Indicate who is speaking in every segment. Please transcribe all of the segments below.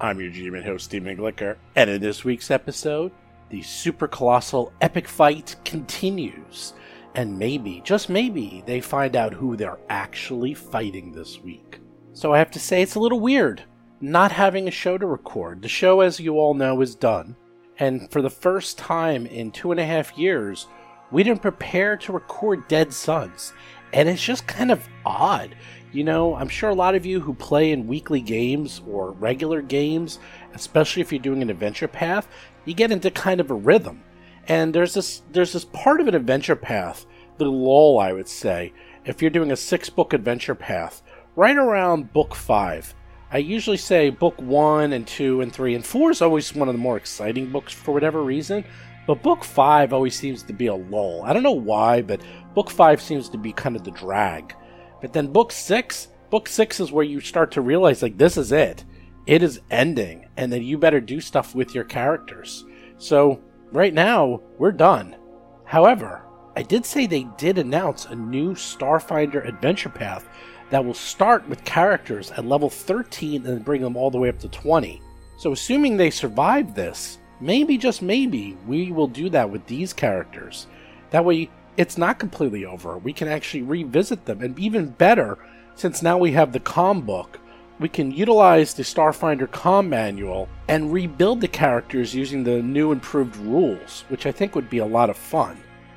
Speaker 1: I'm your GM and host, Steven Glicker, and in this week's episode, the super colossal epic fight continues. And maybe, just maybe, they find out who they're actually fighting this week. So I have to say, it's a little weird not having a show to record. The show, as you all know, is done. And for the first time in two and a half years, we didn't prepare to record Dead Sons. And it's just kind of odd. You know, I'm sure a lot of you who play in weekly games or regular games, especially if you're doing an adventure path, you get into kind of a rhythm. And there's this there's this part of an adventure path, the lull I would say, if you're doing a six book adventure path, right around book five. I usually say book one and two and three and four is always one of the more exciting books for whatever reason. But book five always seems to be a lull. I don't know why, but book five seems to be kind of the drag. But then book six, book six is where you start to realize like this is it. It is ending, and then you better do stuff with your characters. So right now, we're done. However, I did say they did announce a new Starfinder adventure path that will start with characters at level 13 and bring them all the way up to 20. So assuming they survive this, maybe just maybe we will do that with these characters. That way it's not completely over. We can actually revisit them. And even better, since now we have the com book, we can utilize the Starfinder com manual and rebuild the characters using the new improved rules, which I think would be a lot of fun.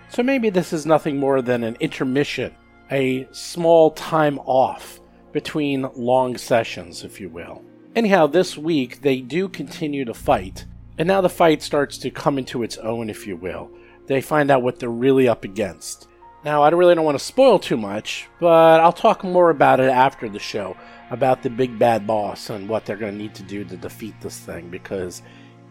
Speaker 1: So maybe this is nothing more than an intermission, a small time off between long sessions, if you will. Anyhow, this week they do continue to fight, and now the fight starts to come into its own, if you will they find out what they're really up against. Now, I really don't want to spoil too much, but I'll talk more about it after the show about the big bad boss and what they're going to need to do to defeat this thing because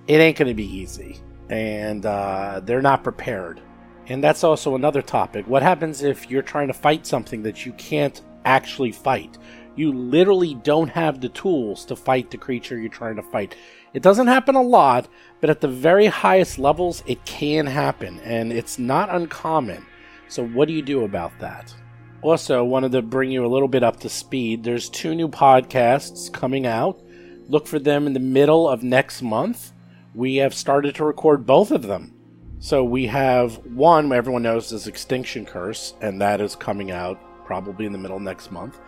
Speaker 1: it ain't going to be easy. And uh, they're not prepared. And that's also another topic. What happens if you're trying to fight something that you can't actually fight? You literally don't have the tools to fight the creature you're trying to fight. It doesn't happen a lot, but at the very highest levels, it can happen, and it's not uncommon. So, what do you do about that? Also, wanted to bring you a little bit up to speed. There's two new podcasts coming out. Look for them in the middle of next month. We have started to record both of them. So, we have one everyone knows is Extinction Curse, and that is coming out probably in the middle of next month.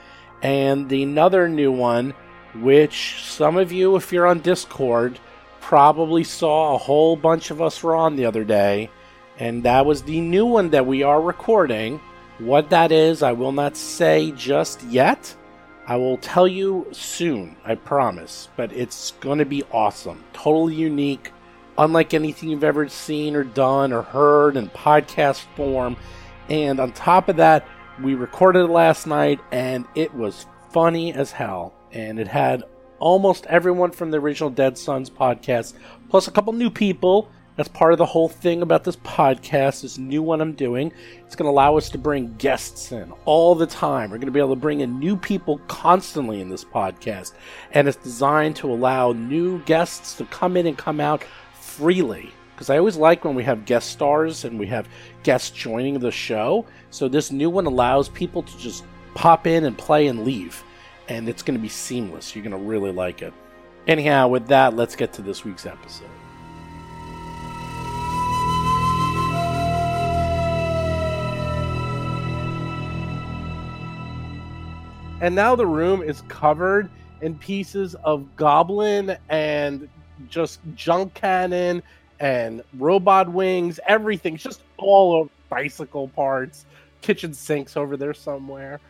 Speaker 1: And the another new one which some of you, if you're on Discord, probably saw a whole bunch of us were on the other day. And that was the new one that we are recording. What that is, I will not say just yet. I will tell you soon, I promise. But it's going to be awesome. Totally unique, unlike anything you've ever seen or done or heard in podcast form. And on top of that, we recorded it last night and it was funny as hell. And it had almost everyone from the original Dead Sons podcast, plus a couple new people. That's part of the whole thing about this podcast, this new one I'm doing. It's going to allow us to bring guests in all the time. We're going to be able to bring in new people constantly in this podcast. And it's designed to allow new guests to come in and come out freely because I always like when we have guest stars and we have guests joining the show. So this new one allows people to just pop in and play and leave, and it's going to be seamless. You're going to really like it. Anyhow, with that, let's get to this week's episode. And now the room is covered in pieces of goblin and just junk cannon and robot wings, everything's just all over bicycle parts, kitchen sinks over there somewhere.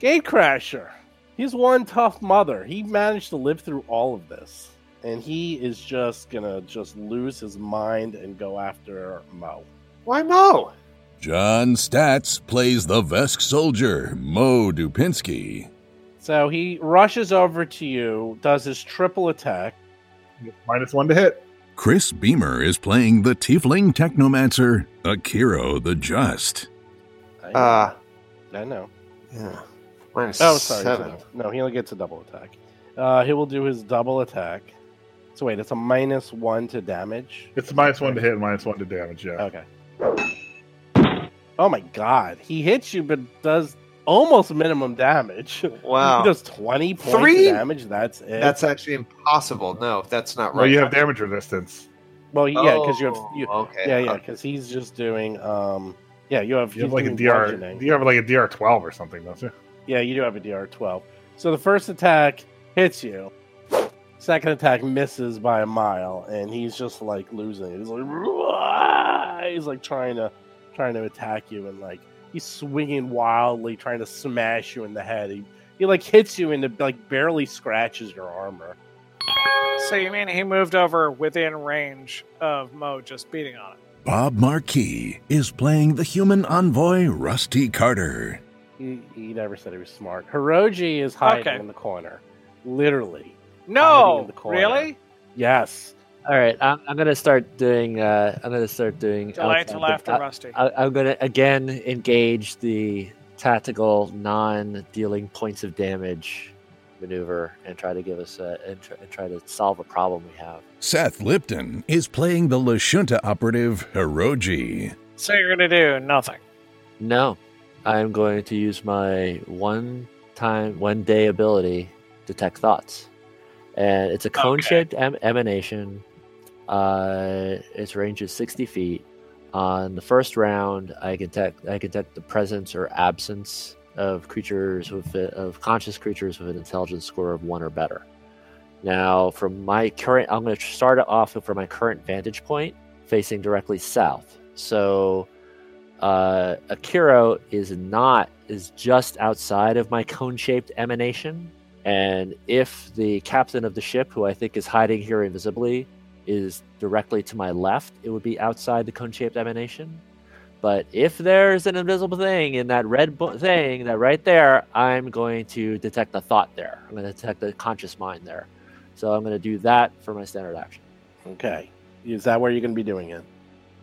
Speaker 1: Gatecrasher, he's one tough mother. He managed to live through all of this, and he is just gonna just lose his mind and go after Mo.
Speaker 2: Why Mo?
Speaker 3: John Statz plays the Vesk soldier, Mo Dupinsky.
Speaker 1: So he rushes over to you, does his triple attack.
Speaker 2: Minus one to hit.
Speaker 3: Chris Beamer is playing the Tiefling Technomancer, Akiro the Just.
Speaker 1: I know.
Speaker 2: Uh,
Speaker 1: I know.
Speaker 2: yeah. Minus
Speaker 1: Oh, sorry.
Speaker 2: seven.
Speaker 1: so No, no, he only gets a double attack. Uh, he will do his double attack. So wait, it's a minus one to damage.
Speaker 4: It's minus one to hit, and minus one to damage. Yeah.
Speaker 1: Okay. Oh my god, he hits you, but does almost minimum damage.
Speaker 2: Wow.
Speaker 1: he does twenty points
Speaker 2: Three?
Speaker 1: of damage. That's it.
Speaker 2: That's actually impossible. No, that's not right.
Speaker 4: Well, you have damage resistance.
Speaker 1: well, yeah, because you have
Speaker 2: Oh,
Speaker 1: you,
Speaker 2: okay.
Speaker 1: yeah, yeah, because he's just doing um, yeah, you have
Speaker 4: You have
Speaker 1: he's
Speaker 4: like a
Speaker 1: doing
Speaker 4: DR.
Speaker 1: bludgeoning.
Speaker 4: You have like a DR twelve or something, don't you?
Speaker 1: Yeah, you do have a DR 12. So the first attack hits you. Second attack misses by a mile, and he's just like losing it. He's like, "Wah!" he's like trying to, trying to attack you, and like he's swinging wildly, trying to smash you in the head. He, he like hits you and it like barely scratches your armor.
Speaker 5: So you mean he moved over within range of Mo just beating on it?
Speaker 3: Bob Marquis is playing the human envoy, Rusty Carter.
Speaker 1: He, he never said he was smart. Hiroji is hiding
Speaker 5: Okay.
Speaker 1: in the corner, literally. Hiding in
Speaker 5: No,
Speaker 1: the corner.
Speaker 5: really?
Speaker 1: Yes,
Speaker 6: All right, I'm, I'm gonna start doing. Uh, I'm gonna start doing.
Speaker 5: Delay
Speaker 6: outside
Speaker 5: till
Speaker 6: the-
Speaker 5: after Rusty.
Speaker 6: I, I, I'm gonna again engage the tactical, non-dealing points of damage maneuver and try to give us a, and, tr- and try to solve a problem we have.
Speaker 3: Seth Lipton is playing the Lashunta operative, Hiroji.
Speaker 5: so you're gonna do nothing.
Speaker 6: No, I'm going to use my one time, one day ability, detect thoughts, and it's a cone-shaped em- emanation. Uh, its range is 60 feet. On the first round, I can detect I can detect the presence or absence of creatures with a- of conscious creatures with an intelligence score of one or better. Now, from my current, I'm going to start it off from my current vantage point, facing directly south. So, uh, Akiro is not is just outside of my cone-shaped emanation, and if the captain of the ship, who I think is hiding here invisibly, is directly to my left, it would be outside the cone-shaped emanation. But if there's an invisible thing in that red bo- thing that right there, I'm going to detect the thought there. I'm going to detect the conscious mind there. So I'm going to do that for my standard action.
Speaker 1: okay. Is that where you're going to be doing it?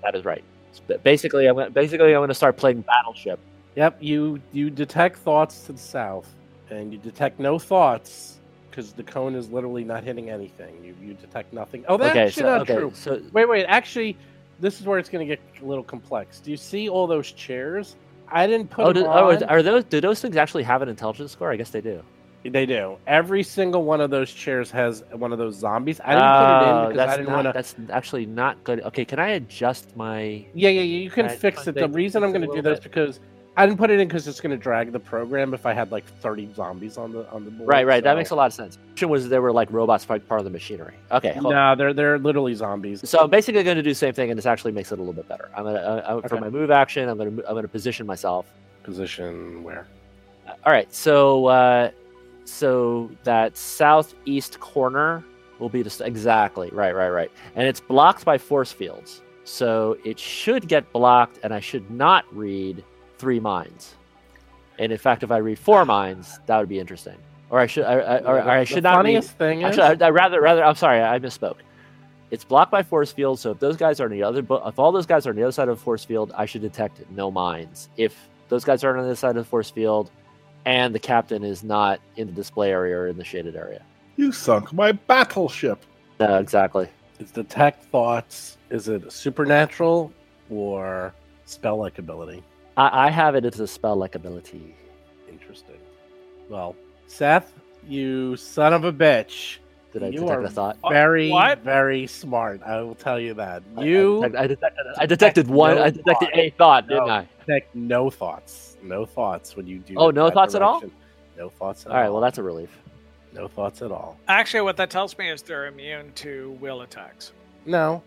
Speaker 6: That is right. It's ba- Basically, I'm gonna, basically I'm going to start playing Battleship.
Speaker 1: Yep, you you detect thoughts to the south, and you detect no thoughts because the cone is literally not hitting anything. You you detect nothing. Oh, that's
Speaker 6: okay,
Speaker 1: actually
Speaker 6: so,
Speaker 1: not
Speaker 6: okay,
Speaker 1: true.
Speaker 6: so
Speaker 1: Wait, wait. Actually, this is where it's going to get a little complex. Do you see all those chairs? I didn't put
Speaker 6: oh,
Speaker 1: them
Speaker 6: do, oh,
Speaker 1: on.
Speaker 6: is- are those do those things actually have an intelligence score? I guess they do.
Speaker 1: They do. Every single one of those chairs has one of those zombies. I didn't put it in
Speaker 6: Oh,
Speaker 1: because
Speaker 6: that's
Speaker 1: I didn't
Speaker 6: not-
Speaker 1: want to.
Speaker 6: That's actually not good. Okay, can I adjust my?
Speaker 1: Yeah, yeah, yeah. You can
Speaker 6: Alright,
Speaker 1: fix
Speaker 6: fine,
Speaker 1: it. The
Speaker 6: thank you.
Speaker 1: reason
Speaker 6: Fix
Speaker 1: I'm
Speaker 6: it a
Speaker 1: going to do
Speaker 6: little
Speaker 1: this
Speaker 6: bit.
Speaker 1: because I didn't put it in because it's going to drag the program. If I had like 30 zombies on the on the board,
Speaker 6: Right, right. That
Speaker 1: so-
Speaker 6: makes a lot of sense. Option Was there were like robots part part of the machinery? Okay, hold on.
Speaker 1: No, they're they're literally zombies.
Speaker 6: So I'm basically going to do the same thing, and this actually makes it a little bit better. I'm gonna uh, uh, for
Speaker 1: Okay.
Speaker 6: my move action. I'm gonna mo- I'm gonna position myself.
Speaker 1: Position where?
Speaker 6: Uh, All right, so uh, so that southeast corner will be just exactly right, right, right, and it's blocked by force fields, so it should get blocked, and I should not read three mines. And in fact, if I read four mines, that would be interesting. Or I should, I, I, or, or I
Speaker 1: The
Speaker 6: should not read
Speaker 1: Funniest thing is,
Speaker 6: Actually, I, I rather rather I'm sorry, I misspoke. It's blocked by force field, so if those guys are on the other, bo- if all those guys are on the other side of the force field, I should detect no mines. If those guys aren't on the other side of the force field, and the captain is not in the display area or in the shaded area,
Speaker 4: You sunk my battleship.
Speaker 6: no, exactly.
Speaker 1: is detect thoughts. Is it supernatural or spell-like ability?
Speaker 6: I, I have it as a spell-like ability.
Speaker 1: Interesting. Well, Seth, you son of a bitch,
Speaker 6: Did I
Speaker 1: You
Speaker 6: detect
Speaker 1: are
Speaker 6: a thought?
Speaker 4: Uh,
Speaker 5: Wha-
Speaker 1: very
Speaker 5: what?
Speaker 1: very smart. I will tell you that
Speaker 6: I-
Speaker 1: you
Speaker 6: I, detect- I detected. I detected one.
Speaker 1: no
Speaker 6: I detected a thought, didn't
Speaker 1: No.
Speaker 6: I?
Speaker 1: detect no thoughts, no thoughts when you do.
Speaker 6: Oh, no
Speaker 1: that
Speaker 6: thoughts at all?
Speaker 1: direction. No thoughts at
Speaker 6: All right.
Speaker 1: all.
Speaker 6: Well, that's a relief.
Speaker 1: no thoughts at all.
Speaker 5: Actually, what that tells me is they're immune to will attacks.
Speaker 1: No,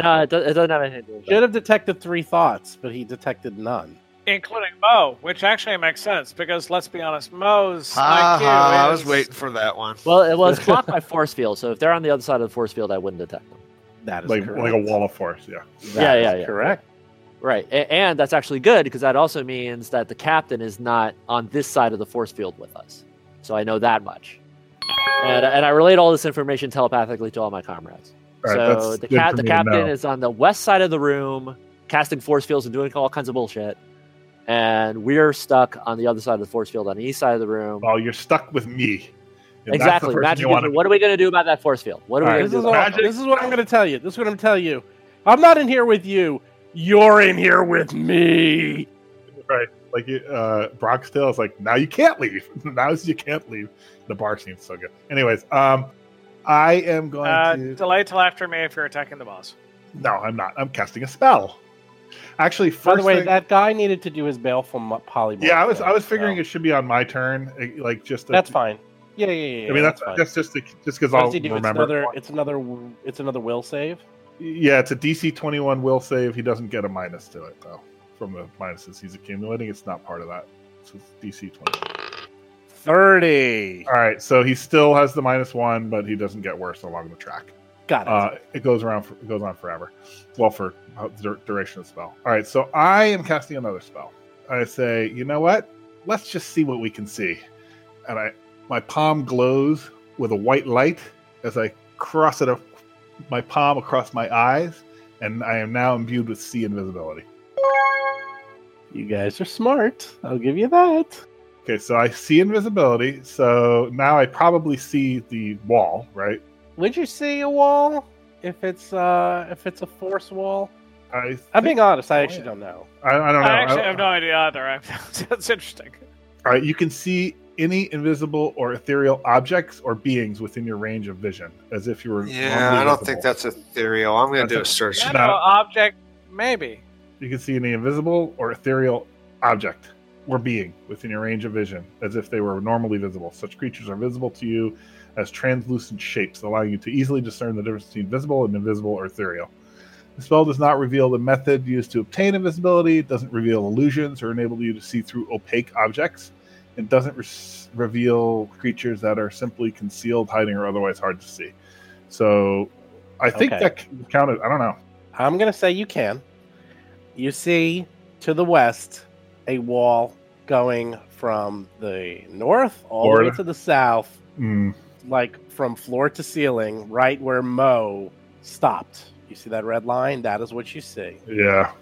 Speaker 6: No, Uh, it, do- it doesn't have anything to do with
Speaker 1: Should
Speaker 6: that.
Speaker 1: have detected three thoughts, but he detected none.
Speaker 5: including Mo, which actually makes sense because let's be honest, Mo's
Speaker 2: Ha,
Speaker 5: IQ
Speaker 2: ha, I was
Speaker 5: is-
Speaker 2: waiting for that one.
Speaker 6: Well, it was blocked by force field, so if they're on the other side of the force field, I wouldn't detect them.
Speaker 1: That is
Speaker 4: Like
Speaker 1: correct.
Speaker 4: like a wall of force. Yeah.
Speaker 6: Yeah, yeah,
Speaker 1: is
Speaker 6: yeah.
Speaker 1: Correct.
Speaker 6: Right, A- and that's actually good because that also means that the captain is not on this side of the force field with us. So I know that much, and, and I relate all this information telepathically to all my comrades.
Speaker 4: All right,
Speaker 6: so
Speaker 4: that's
Speaker 6: the,
Speaker 4: good
Speaker 6: cap-
Speaker 4: for
Speaker 6: the
Speaker 4: me to
Speaker 6: captain
Speaker 4: know.
Speaker 6: is on the west side of the room, casting force fields and doing all kinds of bullshit, and we're stuck on the other side of the force field on the east side of the room.
Speaker 4: Well, you're stuck with me. And that's the
Speaker 6: exactly.
Speaker 4: person
Speaker 6: Magic
Speaker 4: you wanna
Speaker 6: gives me, what are we going to do about that force field? What are
Speaker 4: All
Speaker 6: we
Speaker 4: right,
Speaker 6: going
Speaker 1: This
Speaker 6: to
Speaker 1: is,
Speaker 6: do?
Speaker 1: all,
Speaker 6: About
Speaker 4: Magic-
Speaker 1: this is what I'm going to tell you. This is what I'm going to tell you. I'm not in here with you. You're in here with me.
Speaker 4: like uh Brock's tale is like now you can't leave. now you can't leave. The bar scene's so good. Anyways, um I am going
Speaker 5: Uh,
Speaker 4: to
Speaker 5: delay till after me if you're attacking the boss.
Speaker 4: No, I'm not. I'm casting a spell. Actually, first
Speaker 1: By the way,
Speaker 4: thing-
Speaker 1: that guy needed to do his baleful mo- polymorph.
Speaker 4: yeah, I was
Speaker 1: thing,
Speaker 4: I was figuring
Speaker 1: so-
Speaker 4: it should be on my turn. eh, Like just to,
Speaker 1: that's fine. Yeah, yeah, yeah.
Speaker 4: I mean
Speaker 1: yeah,
Speaker 4: that's that's, just to, just because
Speaker 1: What
Speaker 4: I'll
Speaker 1: does he do? It's
Speaker 4: remember.
Speaker 1: another. It's another. w- It's another will save.
Speaker 4: Yeah, it's a DC 21 will save. He doesn't get a minus to it though. From the minuses he's accumulating, it's not part of that. So it's DC 20.
Speaker 1: Thirty.
Speaker 4: All right, so he still has the minus one, but he doesn't get worse along the track.
Speaker 1: Got it.
Speaker 4: Uh, it goes around. For, it goes on forever. Well, for uh, dur- duration of the spell. All right. So I am casting another spell. I say, you know what? Let's just see what we can see. And I, my palm glows with a white light as I cross it, up, my palm across my eyes, and I am now imbued with sea invisibility.
Speaker 1: you guys are smart. I'll give you that.
Speaker 4: Okay, so I see invisibility. So now I probably see the wall, right?
Speaker 1: Would you see a wall? If it's uh, if it's a force wall.
Speaker 4: I,
Speaker 1: I'm being honest. I actually
Speaker 4: Oh, yeah.
Speaker 1: don't know.
Speaker 4: I, I don't know.
Speaker 5: I actually
Speaker 4: I-
Speaker 5: have no idea either. I, that's interesting.
Speaker 4: All right, you can see any invisible or ethereal objects or beings within your range of vision, as if you were. normally
Speaker 2: Yeah, I don't
Speaker 4: visible.
Speaker 2: think that's ethereal. I'm going to do a search.
Speaker 5: I
Speaker 4: That's
Speaker 5: don't know, object, maybe.
Speaker 4: You can see any invisible or ethereal object or being within your range of vision, as if they were normally visible. Such creatures are visible to you as translucent shapes, allowing you to easily discern the difference between visible and invisible or ethereal. The spell does not reveal the method used to obtain invisibility, it doesn't reveal illusions or enable you to see through opaque objects, and doesn't res- reveal creatures that are simply concealed, hiding, or otherwise hard to see. So I think
Speaker 1: Okay.
Speaker 4: that c- counted. I don't know.
Speaker 1: I'm gonna say you can. You see to the west a wall going from the north all the way
Speaker 4: Florida.
Speaker 1: to the south,
Speaker 4: Mm.
Speaker 1: like from floor to ceiling, right where Mo stopped. You see that red line? That is what you see.
Speaker 4: Yeah.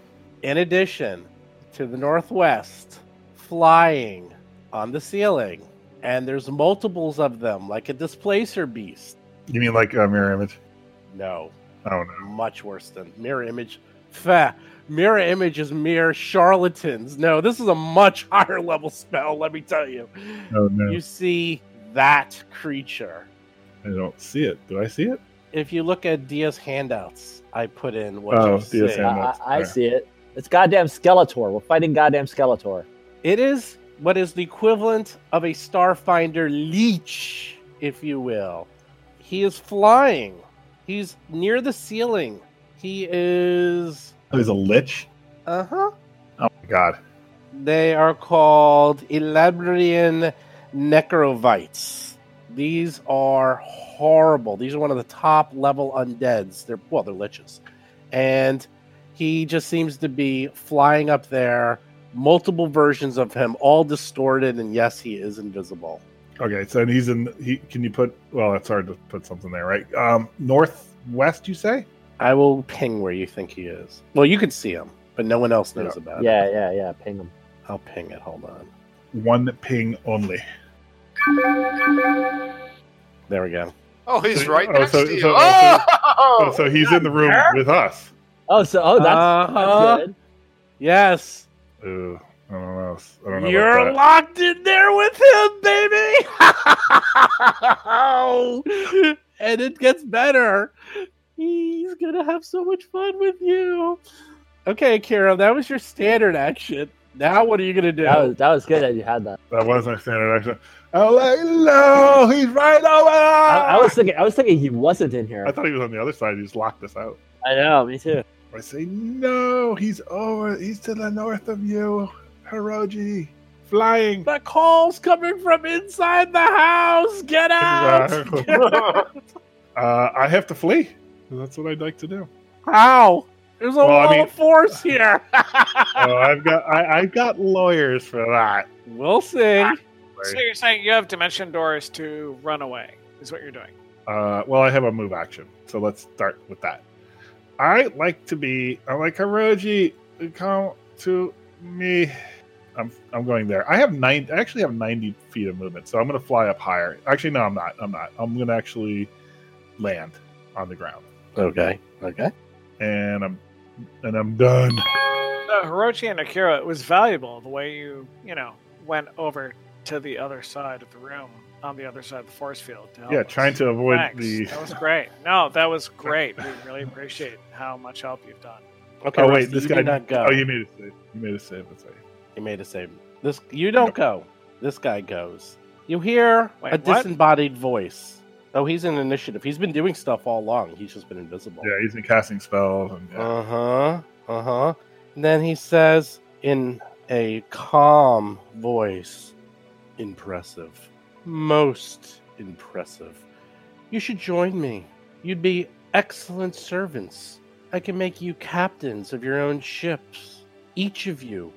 Speaker 1: In addition, to the northwest, flying on the ceiling, and there's multiples of them, like a displacer beast.
Speaker 4: You mean like a mirror image?
Speaker 1: No,
Speaker 4: I don't know.
Speaker 1: much worse than mirror image. Fah. Mirror image is mere charlatans. No, this is a much higher level spell, let me tell you.
Speaker 4: Oh, no.
Speaker 1: You see that creature.
Speaker 4: I don't see it. Do I see it?
Speaker 1: If you look at Dia's handouts, I put in what
Speaker 4: Oh,
Speaker 1: you see.
Speaker 4: Dia's
Speaker 6: I,
Speaker 4: handouts.
Speaker 6: I, I
Speaker 4: Yeah.
Speaker 6: see it. It's goddamn Skeletor. We're fighting goddamn Skeletor.
Speaker 1: It is what is the equivalent of a Starfinder leech, if you will. He is flying. He's near the ceiling. He is.
Speaker 4: Oh, he's a lich.
Speaker 1: Uh huh.
Speaker 4: Oh my god.
Speaker 1: They are called Elabrian necrovites. These are horrible. These are one of the top level undeads. They're well, they're liches, and he just seems to be flying up there. Multiple versions of him, all distorted, and yes, he is invisible.
Speaker 4: Okay, so he's in. He can you put? Well, it's hard to put something there, right? Um, northwest, you say?
Speaker 1: I will ping where you think he is. Well, you can see him, but no one else knows about it.
Speaker 6: Yeah, yeah, yeah. Ping him.
Speaker 1: I'll ping it. Hold on.
Speaker 4: One ping only.
Speaker 1: There we go.
Speaker 2: Oh, he's
Speaker 4: So-
Speaker 2: right
Speaker 4: oh,
Speaker 2: next
Speaker 4: so-
Speaker 2: to you.
Speaker 4: so-
Speaker 2: oh!
Speaker 4: Oh, so he's in the room
Speaker 5: there?
Speaker 4: with us.
Speaker 6: Oh, so oh, that's,
Speaker 1: Uh-huh.
Speaker 6: that's good.
Speaker 1: Yes.
Speaker 4: Ooh, I don't know. I don't know. about
Speaker 1: You're
Speaker 4: that.
Speaker 1: locked in there with him, baby. and it gets better. He's gonna have so much fun with you. Okay, Kira, that was your standard action. Now what are you gonna do?
Speaker 6: That was, that was good that you had that.
Speaker 4: that was my standard action. Oh like, no, he's right over.
Speaker 6: I, I was thinking, I was thinking he wasn't in here.
Speaker 4: I thought he was on the other side. He's locked us out.
Speaker 6: I know, me too.
Speaker 4: I say, no, he's over. He's to the north of you, Hiroji. Flying.
Speaker 1: The call's coming from inside the house. Get out.
Speaker 4: uh, I have to flee. That's what I'd like to do.
Speaker 1: How? There's a
Speaker 4: Well, I
Speaker 1: wall
Speaker 4: mean-
Speaker 1: of force here.
Speaker 4: Oh, I've got I, I've got lawyers for that.
Speaker 1: we'll see.
Speaker 5: So you're saying you have dimension doors to run away? Is what you're doing?
Speaker 4: Uh, well, I have a move action, so let's start with that. I like to be. I like Hiroji. Come to me. I'm I'm going there. I have nine. I actually have 90 feet of movement, so I'm going to fly up higher. Actually, no, I'm not. I'm not. I'm going to actually land on the ground,
Speaker 1: Okay. Okay.
Speaker 4: and I'm and I'm done.
Speaker 5: The Hirochi and Akira it was valuable the way you you know went over to the other side of the room on the other side of the force field. To help
Speaker 4: Yeah,
Speaker 5: us.
Speaker 4: trying to avoid
Speaker 5: Thanks.
Speaker 4: the.
Speaker 5: That was great. No, that was great. We really appreciate how much help you've done.
Speaker 1: Okay.
Speaker 4: Oh, wait,
Speaker 1: Rusty,
Speaker 4: this
Speaker 1: you
Speaker 4: guy-
Speaker 1: did not go.
Speaker 4: Oh, you made a save. You made a save. That's right.
Speaker 1: He made a save. This you don't go. This guy goes. You hear
Speaker 5: Wait,
Speaker 1: a
Speaker 5: what?
Speaker 1: disembodied voice. Oh, he's in initiative. He's been doing stuff all along. He's just been invisible.
Speaker 4: Yeah, he's been casting spells. And, yeah.
Speaker 1: Uh huh. Uh huh. And then he says in a calm voice, "Impressive, most impressive. You should join me. You'd be excellent servants. I can make you captains of your own ships. Each of you,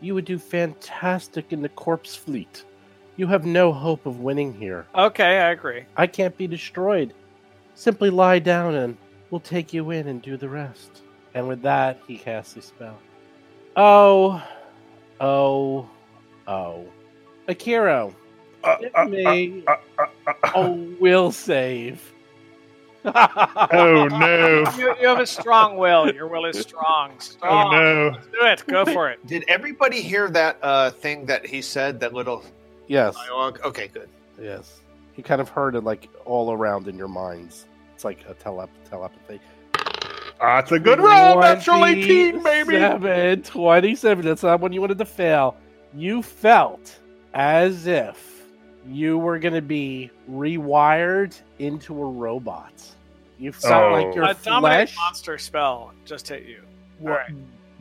Speaker 1: you would do fantastic in the corpse fleet. You have no hope of winning here.
Speaker 5: Okay, I agree.
Speaker 1: I can't be destroyed. Simply lie down and we'll take you in and do the rest. And with that, he casts a spell. Oh, oh, oh. Akiro,
Speaker 4: Uh,
Speaker 1: give
Speaker 4: uh,
Speaker 1: me
Speaker 4: uh, uh, uh, uh.
Speaker 1: a will save.
Speaker 4: Oh no!
Speaker 5: You, you have a strong will. Your will is strong.
Speaker 4: Oh
Speaker 5: Strong.
Speaker 4: no!
Speaker 5: Do it. Go for it.
Speaker 2: Did everybody hear that uh, thing that he said? That little
Speaker 1: Yes,
Speaker 2: dialogue. Okay, good.
Speaker 1: yes. You kind of heard it like all around in your minds. It's like a tele- telepathy.
Speaker 4: That's a good roll, natural 18, baby.
Speaker 1: 27, 27. That's not when you wanted to fail. You felt as if you were going to be rewired into a robot. You felt
Speaker 4: Oh.
Speaker 1: like your
Speaker 5: a dominant
Speaker 1: flesh.
Speaker 5: monster spell just hit you.
Speaker 1: wa-
Speaker 5: Alright.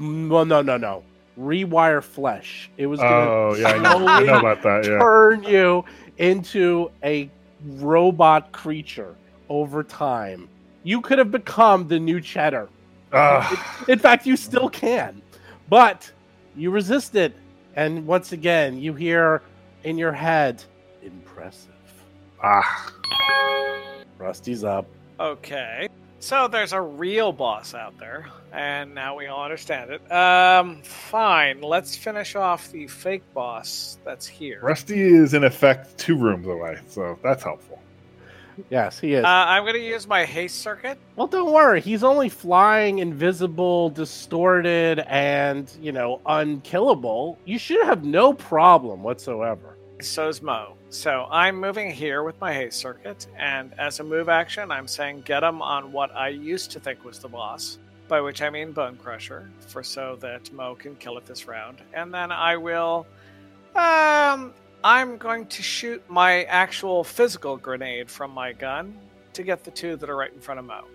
Speaker 1: Mm, Well, no, no, no. Rewire flesh. It was going
Speaker 4: Oh yeah, I know, I know about that.
Speaker 1: to
Speaker 4: Yeah,
Speaker 1: turn you into a robot creature over time. You could have become the new Cheddar.
Speaker 4: Ah,
Speaker 1: In fact, you still can, but you resist it. And once again, you hear in your head, impressive.
Speaker 4: ah.
Speaker 1: Rusty's up.
Speaker 5: Okay. So there's a real boss out there, and now we all understand it. Um, fine. Let's finish off the fake boss that's here.
Speaker 4: Rusty is in effect two rooms away, so that's helpful.
Speaker 1: Yes, he is.
Speaker 5: Uh, I'm going to use my haste circuit.
Speaker 1: well, don't worry. He's only flying, invisible, distorted, and, you know, unkillable. You should have no problem whatsoever.
Speaker 5: So's Mo. So I'm moving here with my haste circuit, and as a move action, I'm saying get him on what I used to think was the boss, by which I mean Bone Crusher, for so that Mo can kill it this round. And then I will, um, I'm going to shoot my actual physical grenade from my gun to get the two that are right in front of Mo.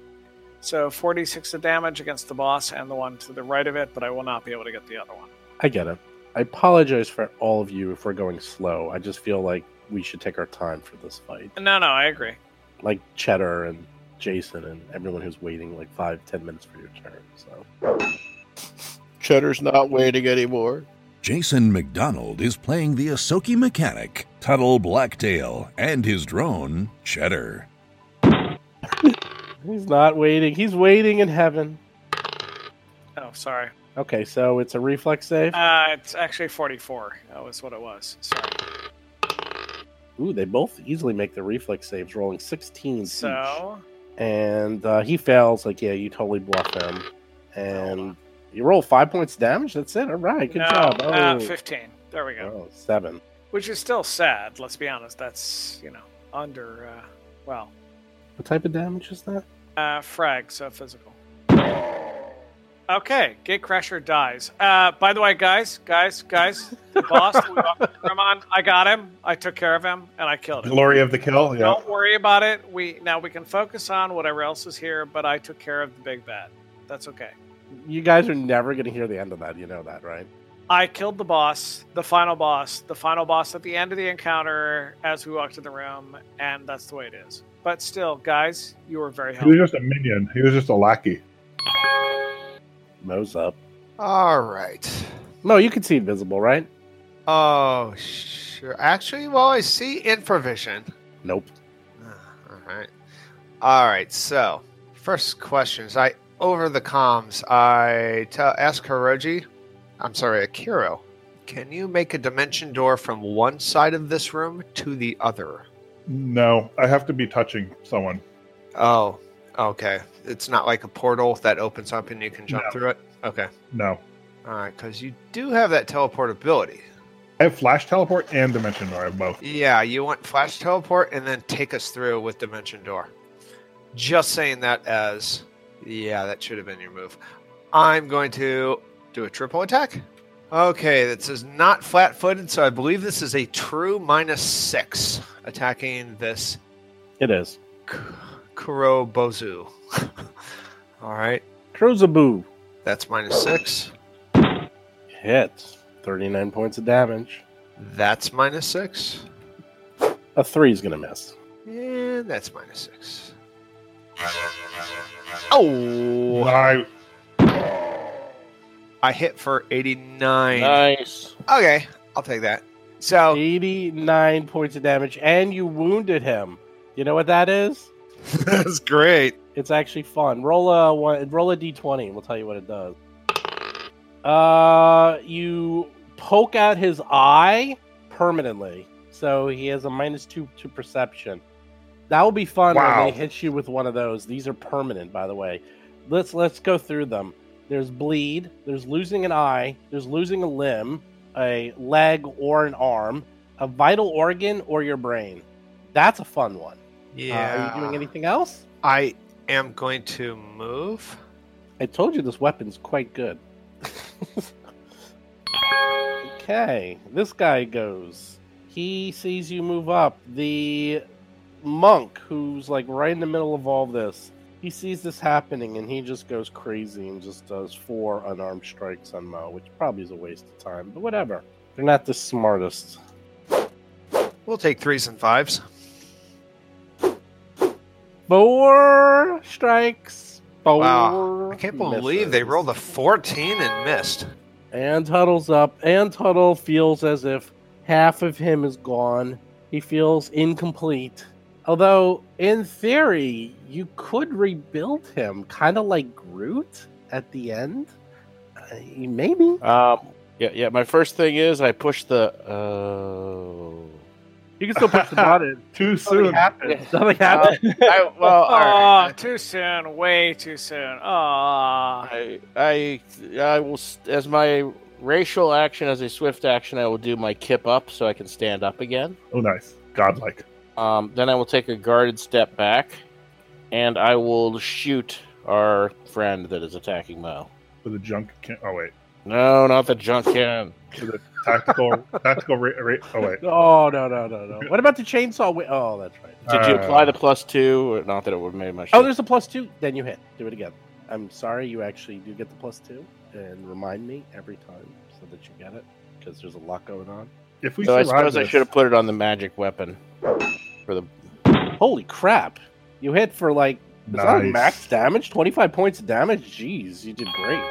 Speaker 5: So 46 of damage against the boss and the one to the right of it, but I will not be able to get the other one.
Speaker 1: I get it. I apologize for all of you if we're going slow. I just feel like we should take our time for this fight.
Speaker 5: No, no, I agree.
Speaker 1: like Cheddar and Jason and everyone who's waiting like five, ten minutes for your turn. So
Speaker 7: Cheddar's not waiting anymore.
Speaker 3: Jason McDonald is playing the Asoki mechanic, Tuttle Blacktail, and his drone, Cheddar.
Speaker 1: he's not waiting. He's waiting in heaven.
Speaker 5: Oh, sorry.
Speaker 1: Okay, so it's a reflex save.
Speaker 5: Uh, it's actually 44. That was what it was. Sorry.
Speaker 1: Ooh, they both easily make the reflex saves, rolling 16 each.
Speaker 5: So,
Speaker 1: And uh, he fails. Like, yeah, you totally bluff him. And you roll five points damage. That's it. All right, good
Speaker 5: no,
Speaker 1: job. Oh,
Speaker 5: uh, 15. There we go.
Speaker 1: oh, seven.
Speaker 5: Which is still sad, let's be honest. That's, you know, under, uh, well,
Speaker 1: What type of damage is that?
Speaker 5: uh, frag, so physical. Okay, Gatecrasher dies. Uh, by the way, guys, guys, guys, the boss that we walked into the room on, I got him. I took care of him, and I killed him.
Speaker 4: Glory of the kill. Yeah.
Speaker 5: Don't worry about it. We now we can focus on whatever else is here, but I took care of the big bad. That's okay.
Speaker 1: You guys are never going to hear the end of that. You know that, right?
Speaker 5: I killed the boss, the final boss, the final boss at the end of the encounter as we walked in the room, and that's the way it is. But still, guys, you were very
Speaker 4: He was
Speaker 5: helpful.
Speaker 4: just a minion. He was just a lackey.
Speaker 1: Mo's up.
Speaker 2: All right.
Speaker 1: Mo, you can see invisible, right?
Speaker 2: Oh, sure. Actually, well, I see infravision.
Speaker 1: Nope.
Speaker 2: Ah, All right. All right. So, first questions. I over the comms. I tell ask Hiroji. I'm sorry, Akiro. Can you make a dimension door from one side of this room to the other?
Speaker 4: No, I have to be touching someone.
Speaker 2: Oh, okay. It's not like a portal that opens up and you can jump
Speaker 4: No.
Speaker 2: through it. Okay.
Speaker 4: No.
Speaker 2: All right, because you do have that teleportability.
Speaker 4: I have flash teleport and dimension door. I have both.
Speaker 2: Yeah, you want flash teleport and then take us through with dimension door. Just saying that as yeah, that should have been your move. I'm going to do a triple attack. Okay, this is not flat footed, so I believe this is a true minus six attacking this
Speaker 1: It is.
Speaker 2: K- Kurobozu. All right,
Speaker 1: Crozaboo
Speaker 2: that's minus six.
Speaker 1: hits. 39 points of damage.
Speaker 2: That's minus six.
Speaker 1: A three is going to miss.
Speaker 2: And that's minus six. Oh,
Speaker 4: I,
Speaker 2: I hit for 89.
Speaker 7: Nice.
Speaker 2: Okay, I'll take that. So
Speaker 1: 89 points of damage, and you wounded him. You know what that is?
Speaker 2: that's great.
Speaker 1: It's actually fun. Roll a one, roll a d20. We'll tell you what it does. Uh, you poke out his eye permanently, so he has a minus two to perception. That will be fun
Speaker 4: Wow.
Speaker 1: when they hit you with one of those. These are permanent, by the way. Let's let's go through them. There's bleed. There's losing an eye. There's losing a limb, a leg or an arm, a vital organ or your brain. That's a fun one. Uh,
Speaker 2: Yeah.
Speaker 1: are you doing anything else?
Speaker 2: I am going to move.
Speaker 1: I told you this weapon's quite good. okay, this guy goes. He sees you move up. The monk, who's like right in the middle of all this, he sees this happening and he just goes crazy and just does four unarmed strikes on Mo, which probably is a waste of time, but whatever. They're not the smartest.
Speaker 2: We'll take threes and fives.
Speaker 1: Four strikes. Four.
Speaker 2: Wow, I can't believe they
Speaker 1: misses.
Speaker 2: rolled a 14 and missed.
Speaker 1: And Tuttle's up. And Tuttle feels as if half of him is gone. He feels incomplete. Although, in theory, you could rebuild him, kind of like Groot at the end. Uh, maybe.
Speaker 7: Um, yeah, yeah. My first thing is I push the. Oh.
Speaker 1: You can still push the button.
Speaker 4: too
Speaker 1: Nothing
Speaker 4: soon.
Speaker 1: happened. Nothing happened.
Speaker 7: I, well, all
Speaker 5: Oh,
Speaker 7: right.
Speaker 5: too soon. Way too soon. Oh.
Speaker 7: I, I, I will s- as my racial action as a swift action. I will do my kip up so I can stand up again.
Speaker 4: Oh, nice. Godlike.
Speaker 7: Um, then I will take a guarded step back, and I will shoot our friend that is attacking Mo.
Speaker 4: With a junk. Can- oh, wait.
Speaker 7: No, not the Junkin.
Speaker 4: With a tactical. tactical. Ra- ra- oh, wait.
Speaker 1: Oh, no, no, no, no. What about the chainsaw? wi- oh, that's right.
Speaker 7: Did you
Speaker 4: Uh,
Speaker 7: apply the plus two? Or not that it would make much.
Speaker 1: Oh, there's a plus two. Then you hit. Do it again. I'm sorry, you actually do get the plus two. And remind me every time so that you get it because there's a lot going on.
Speaker 4: If we
Speaker 7: So I
Speaker 4: survive
Speaker 7: suppose I
Speaker 4: this-
Speaker 7: should have put it on the magic weapon. For the
Speaker 1: Holy crap. You hit for like, is that
Speaker 4: Nice.
Speaker 1: max damage? 25 points of damage? Jeez, you did great.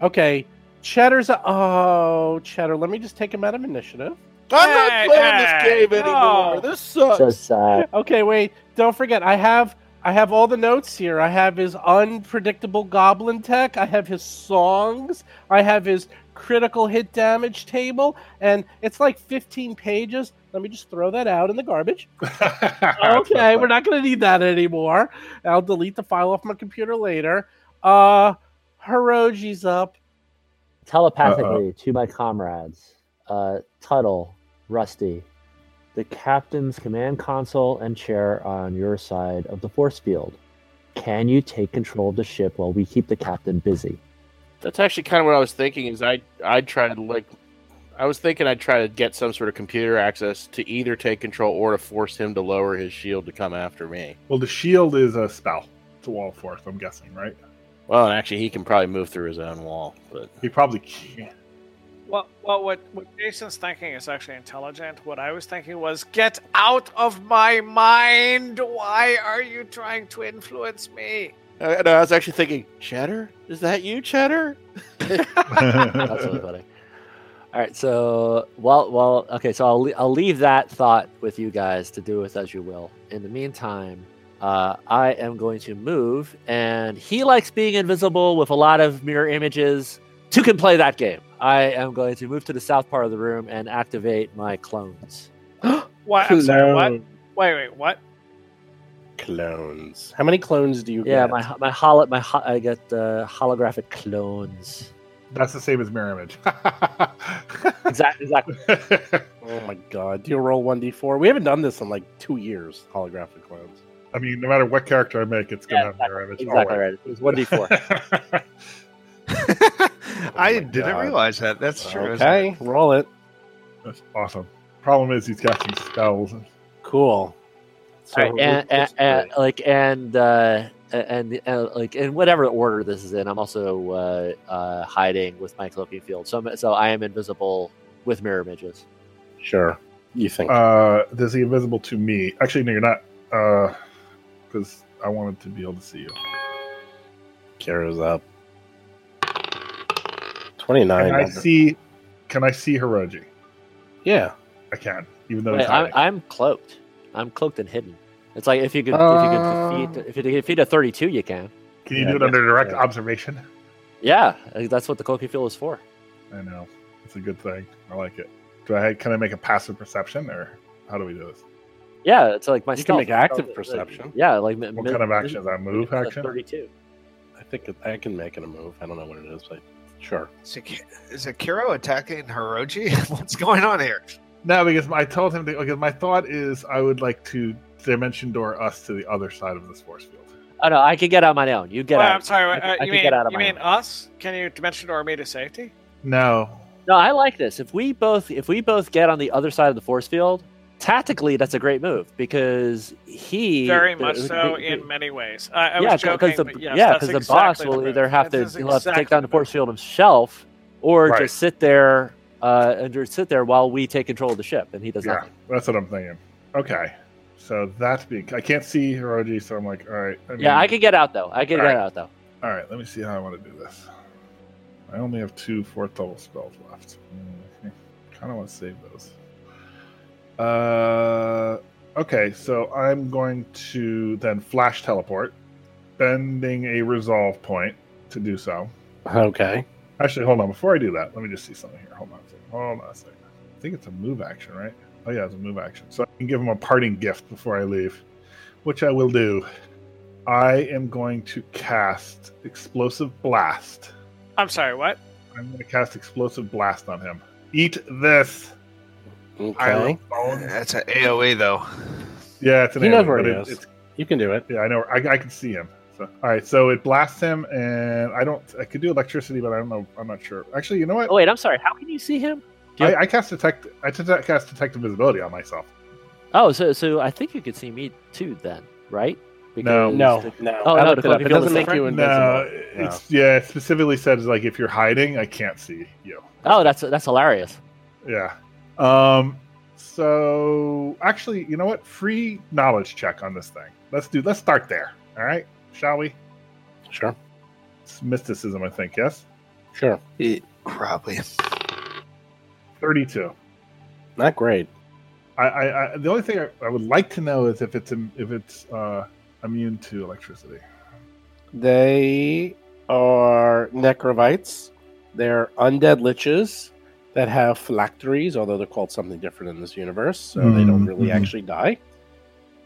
Speaker 1: Okay. Cheddar's. A, oh, Cheddar. Let me just take him out of initiative.
Speaker 7: I'm
Speaker 5: Hey,
Speaker 7: not playing this
Speaker 5: hey,
Speaker 7: game anymore.
Speaker 5: no.
Speaker 7: This sucks.
Speaker 6: So sad.
Speaker 1: Okay, wait. Don't forget, I have. I have all the notes here. I have his unpredictable goblin tech. I have his songs. I have his critical hit damage table. And it's like 15 pages. Let me just throw that out in the garbage. okay, we're not going to need that anymore. I'll delete the file off my computer later. Uh, Hiroji's up.
Speaker 6: telepathically to my comrades uh, Tuttle, Rusty, the captain's command console and chair on your side of the force field. Can you take control of the ship while we keep the captain busy?
Speaker 7: That's actually kind of what I was thinking. Is I I'd try to like, I was thinking I'd try to get some sort of computer access to either take control or to force him to lower his shield to come after me.
Speaker 4: Well, the shield is a spell. It's a wall of force, I'm guessing, right?
Speaker 7: Well, and actually, he can probably move through his own wall, but
Speaker 4: He probably can't.
Speaker 5: Well, well, what what Jason's thinking is actually intelligent. What I was thinking was, get out of my mind. Why are you trying to influence me?
Speaker 7: Uh, no, I was actually thinking, Cheddar, is that you, Cheddar?
Speaker 6: That's really funny. All right, so well, well, okay, so I'll le- I'll leave that thought with you guys to do with as you will. In the meantime, uh, I am going to move, and he likes being invisible with a lot of mirror images. Two can play that game. I am going to move to the south part of the room and activate my clones.
Speaker 5: Why? I'm sorry. What? Wait, wait. What?
Speaker 1: Clones. How many clones do you
Speaker 6: Yeah,
Speaker 1: get?
Speaker 6: my ho- my holo, my ho- I get uh, holographic clones.
Speaker 4: That's the same as mirror image.
Speaker 6: Exactly, exactly.
Speaker 1: Oh my god. Do you roll 1d4? We haven't done this in like two years, holographic clones.
Speaker 4: I mean, no matter what character I make, it's going
Speaker 6: Yeah,
Speaker 4: to have mirror image.
Speaker 6: exactly right. It was one d four.
Speaker 4: right.
Speaker 1: Oh my
Speaker 2: I didn't
Speaker 1: God.
Speaker 2: realize that. That's true. isn't it?
Speaker 1: okay, roll it.
Speaker 4: That's awesome. Problem is, he's casting spells.
Speaker 1: Cool. So
Speaker 6: Alright, and, and,
Speaker 1: it's
Speaker 6: and
Speaker 1: great.
Speaker 6: like and uh, and, and like in whatever order this is in, I'm also uh, uh, hiding with my cloaking field. So I'm, so I am invisible with mirror images.
Speaker 1: sure. You think
Speaker 4: Uh, does he invisible to me? Actually, no, you're not. Because I wanted to be able to see you.
Speaker 1: Kara's up. 29.
Speaker 4: Can I see? Can I see Hiroji?
Speaker 1: Yeah.
Speaker 4: I can, even though
Speaker 6: Wait,
Speaker 4: he's
Speaker 6: I'm,
Speaker 4: hiding.
Speaker 6: I'm cloaked. I'm cloaked and hidden. It's like if you could if you could defeat if you could defeat a 32, you can.
Speaker 4: Can you
Speaker 1: Yeah,
Speaker 4: do it
Speaker 1: yeah,
Speaker 4: under direct
Speaker 1: yeah.
Speaker 4: observation?
Speaker 6: Yeah, like, that's what the cloaking field is for.
Speaker 4: I know. It's a good thing. I like it. Do I can I make a passive perception or how do we do this?
Speaker 6: Yeah, it's like my.
Speaker 1: You can
Speaker 6: stealth.
Speaker 1: make active
Speaker 6: Like,
Speaker 1: perception.
Speaker 6: Yeah, like
Speaker 4: What kind of actions? I move action.
Speaker 6: 32.
Speaker 1: I think it- I can make it a move. I don't know what it is, but sure.
Speaker 2: Is Ak- Is Akiro attacking Hiroji? What's going on here?
Speaker 4: No, because I told him that, because my thought is I would like to dimension door us to the other side of this force field.
Speaker 6: Oh no, I can get out on my own. You get
Speaker 5: Wait,
Speaker 6: out.
Speaker 5: I'm sorry.
Speaker 6: I
Speaker 5: uh,
Speaker 6: can- I
Speaker 5: you
Speaker 6: can
Speaker 5: mean
Speaker 6: get out of
Speaker 5: you
Speaker 6: my
Speaker 5: mean us? Can you dimension door me to safety?
Speaker 4: No.
Speaker 6: No, I like this. If we both if we both get on the other side of the force field, tactically that's a great move because he uh,
Speaker 5: Very much
Speaker 6: the-
Speaker 5: so
Speaker 6: the-
Speaker 5: in many ways. I, I
Speaker 6: yeah,
Speaker 5: was joking,
Speaker 6: the,
Speaker 5: but yes,
Speaker 6: yeah,
Speaker 5: that's
Speaker 6: because the boss
Speaker 5: exactly
Speaker 6: will
Speaker 5: move.
Speaker 6: either have
Speaker 5: That is
Speaker 6: to he'll have to take
Speaker 5: exactly
Speaker 6: down the force
Speaker 5: move.
Speaker 6: field himself, or
Speaker 4: Right.
Speaker 6: just sit there uh, and just sit there while we take control of the ship, and he does
Speaker 4: Yeah,
Speaker 6: nothing.
Speaker 4: that's what I'm thinking. Okay. So that's big. I can't see Hiroji, so I'm like, all right. I mean,
Speaker 6: Yeah, I can get out though. I can
Speaker 4: All
Speaker 6: get
Speaker 4: right.
Speaker 6: out though.
Speaker 4: All right, let me see how I want to do this. I only have two fourth level spells left. Kind of want to save those. Uh, okay, so I'm going to then flash teleport, bending a resolve point to do so.
Speaker 1: Okay.
Speaker 4: Actually, hold on. Before I do that, let me just see something here. Hold on a second. Hold on a second. I think it's a move action, right? Oh, yeah, it's a move action. So I can give him a parting gift before I leave, which I will do. I am going to cast Explosive Blast.
Speaker 5: I'm sorry. What?
Speaker 4: I'm going to cast Explosive Blast on him. Eat this. I
Speaker 1: Okay.
Speaker 4: bone.
Speaker 2: That's an AOE E, though.
Speaker 4: Yeah, it's an
Speaker 1: He knows
Speaker 4: alien,
Speaker 1: where
Speaker 4: but
Speaker 1: he
Speaker 4: it-
Speaker 1: is.
Speaker 4: it's-
Speaker 1: You can do it.
Speaker 4: Yeah, I know. I, I can see him. So, all right, so it blasts him, and I don't. I could do electricity, but I don't know. I'm not sure. Actually, you know what?
Speaker 6: Oh wait, I'm sorry. How can you see him? do you-
Speaker 4: I, I cast detect. I detect, cast detect invisibility on myself.
Speaker 6: Oh, so so I think you could see me too then, right? Because
Speaker 1: No, no.
Speaker 6: Oh,
Speaker 1: I
Speaker 6: no,
Speaker 1: looked
Speaker 6: the
Speaker 1: it, up. it
Speaker 6: cloaking field
Speaker 1: doesn't
Speaker 6: is
Speaker 1: make you
Speaker 6: different?
Speaker 1: invisible.
Speaker 4: No, it's yeah. It specifically says like if you're hiding, I can't see you.
Speaker 6: Oh, that's that's hilarious.
Speaker 4: Yeah. Um. So actually, you know what? Free knowledge check on this thing. Let's do. Let's start there. All right, shall we?
Speaker 1: Sure.
Speaker 4: It's mysticism, I think. Yes.
Speaker 1: Sure.
Speaker 2: Probably.
Speaker 4: Thirty-two.
Speaker 1: Not great.
Speaker 4: I, I, I the only thing I, I would like to know is if it's im- if it's uh, immune to electricity.
Speaker 1: They are necrovites. They're undead liches that have phylacteries, although they're called something different in this universe, so they don't really
Speaker 4: Mhm.
Speaker 1: actually die.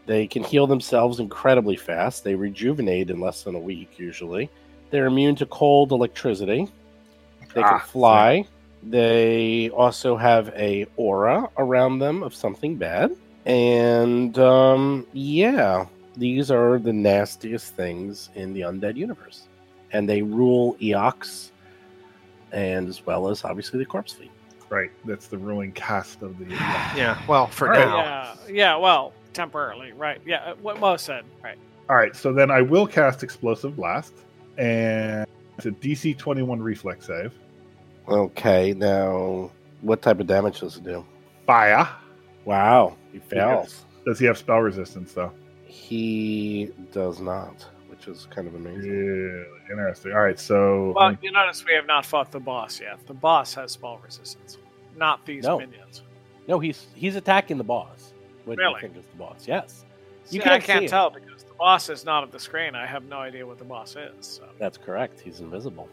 Speaker 1: They can heal themselves incredibly fast. They rejuvenate in less than a week, usually. They're immune to cold electricity. They can
Speaker 4: Ah,
Speaker 1: fly. They also have a aura around them of something bad. And um, yeah, these are the nastiest things in the undead universe. And they rule Eox
Speaker 8: and as well as obviously the corpse fleet.
Speaker 4: Right. That's the ruling cast of the.
Speaker 2: Yeah. Well, for
Speaker 4: All right.
Speaker 2: now.
Speaker 5: Yeah, yeah, well, temporarily, right. Yeah, uh, what Mo said, right.
Speaker 4: All right. So then I will cast explosive blast, and it's a DC twenty one reflex save.
Speaker 8: Okay, now what type of damage does it do?
Speaker 4: Fire.
Speaker 8: Wow, he fails.
Speaker 4: Does he have spell resistance though?
Speaker 8: He does not, which is kind of amazing.
Speaker 4: Really interesting. All right. So
Speaker 5: Well, you notice we have not fought the boss yet. The boss has spell resistance, not these
Speaker 1: No.
Speaker 5: minions.
Speaker 1: No, he's he's attacking the boss. What do
Speaker 5: Really?
Speaker 1: you think is the boss? Yes,
Speaker 5: See,
Speaker 1: You
Speaker 5: I
Speaker 1: can't
Speaker 5: can't
Speaker 1: see it.
Speaker 5: tell because the boss is not at the screen. I have no idea what the boss is. So.
Speaker 1: that's correct. He's invisible.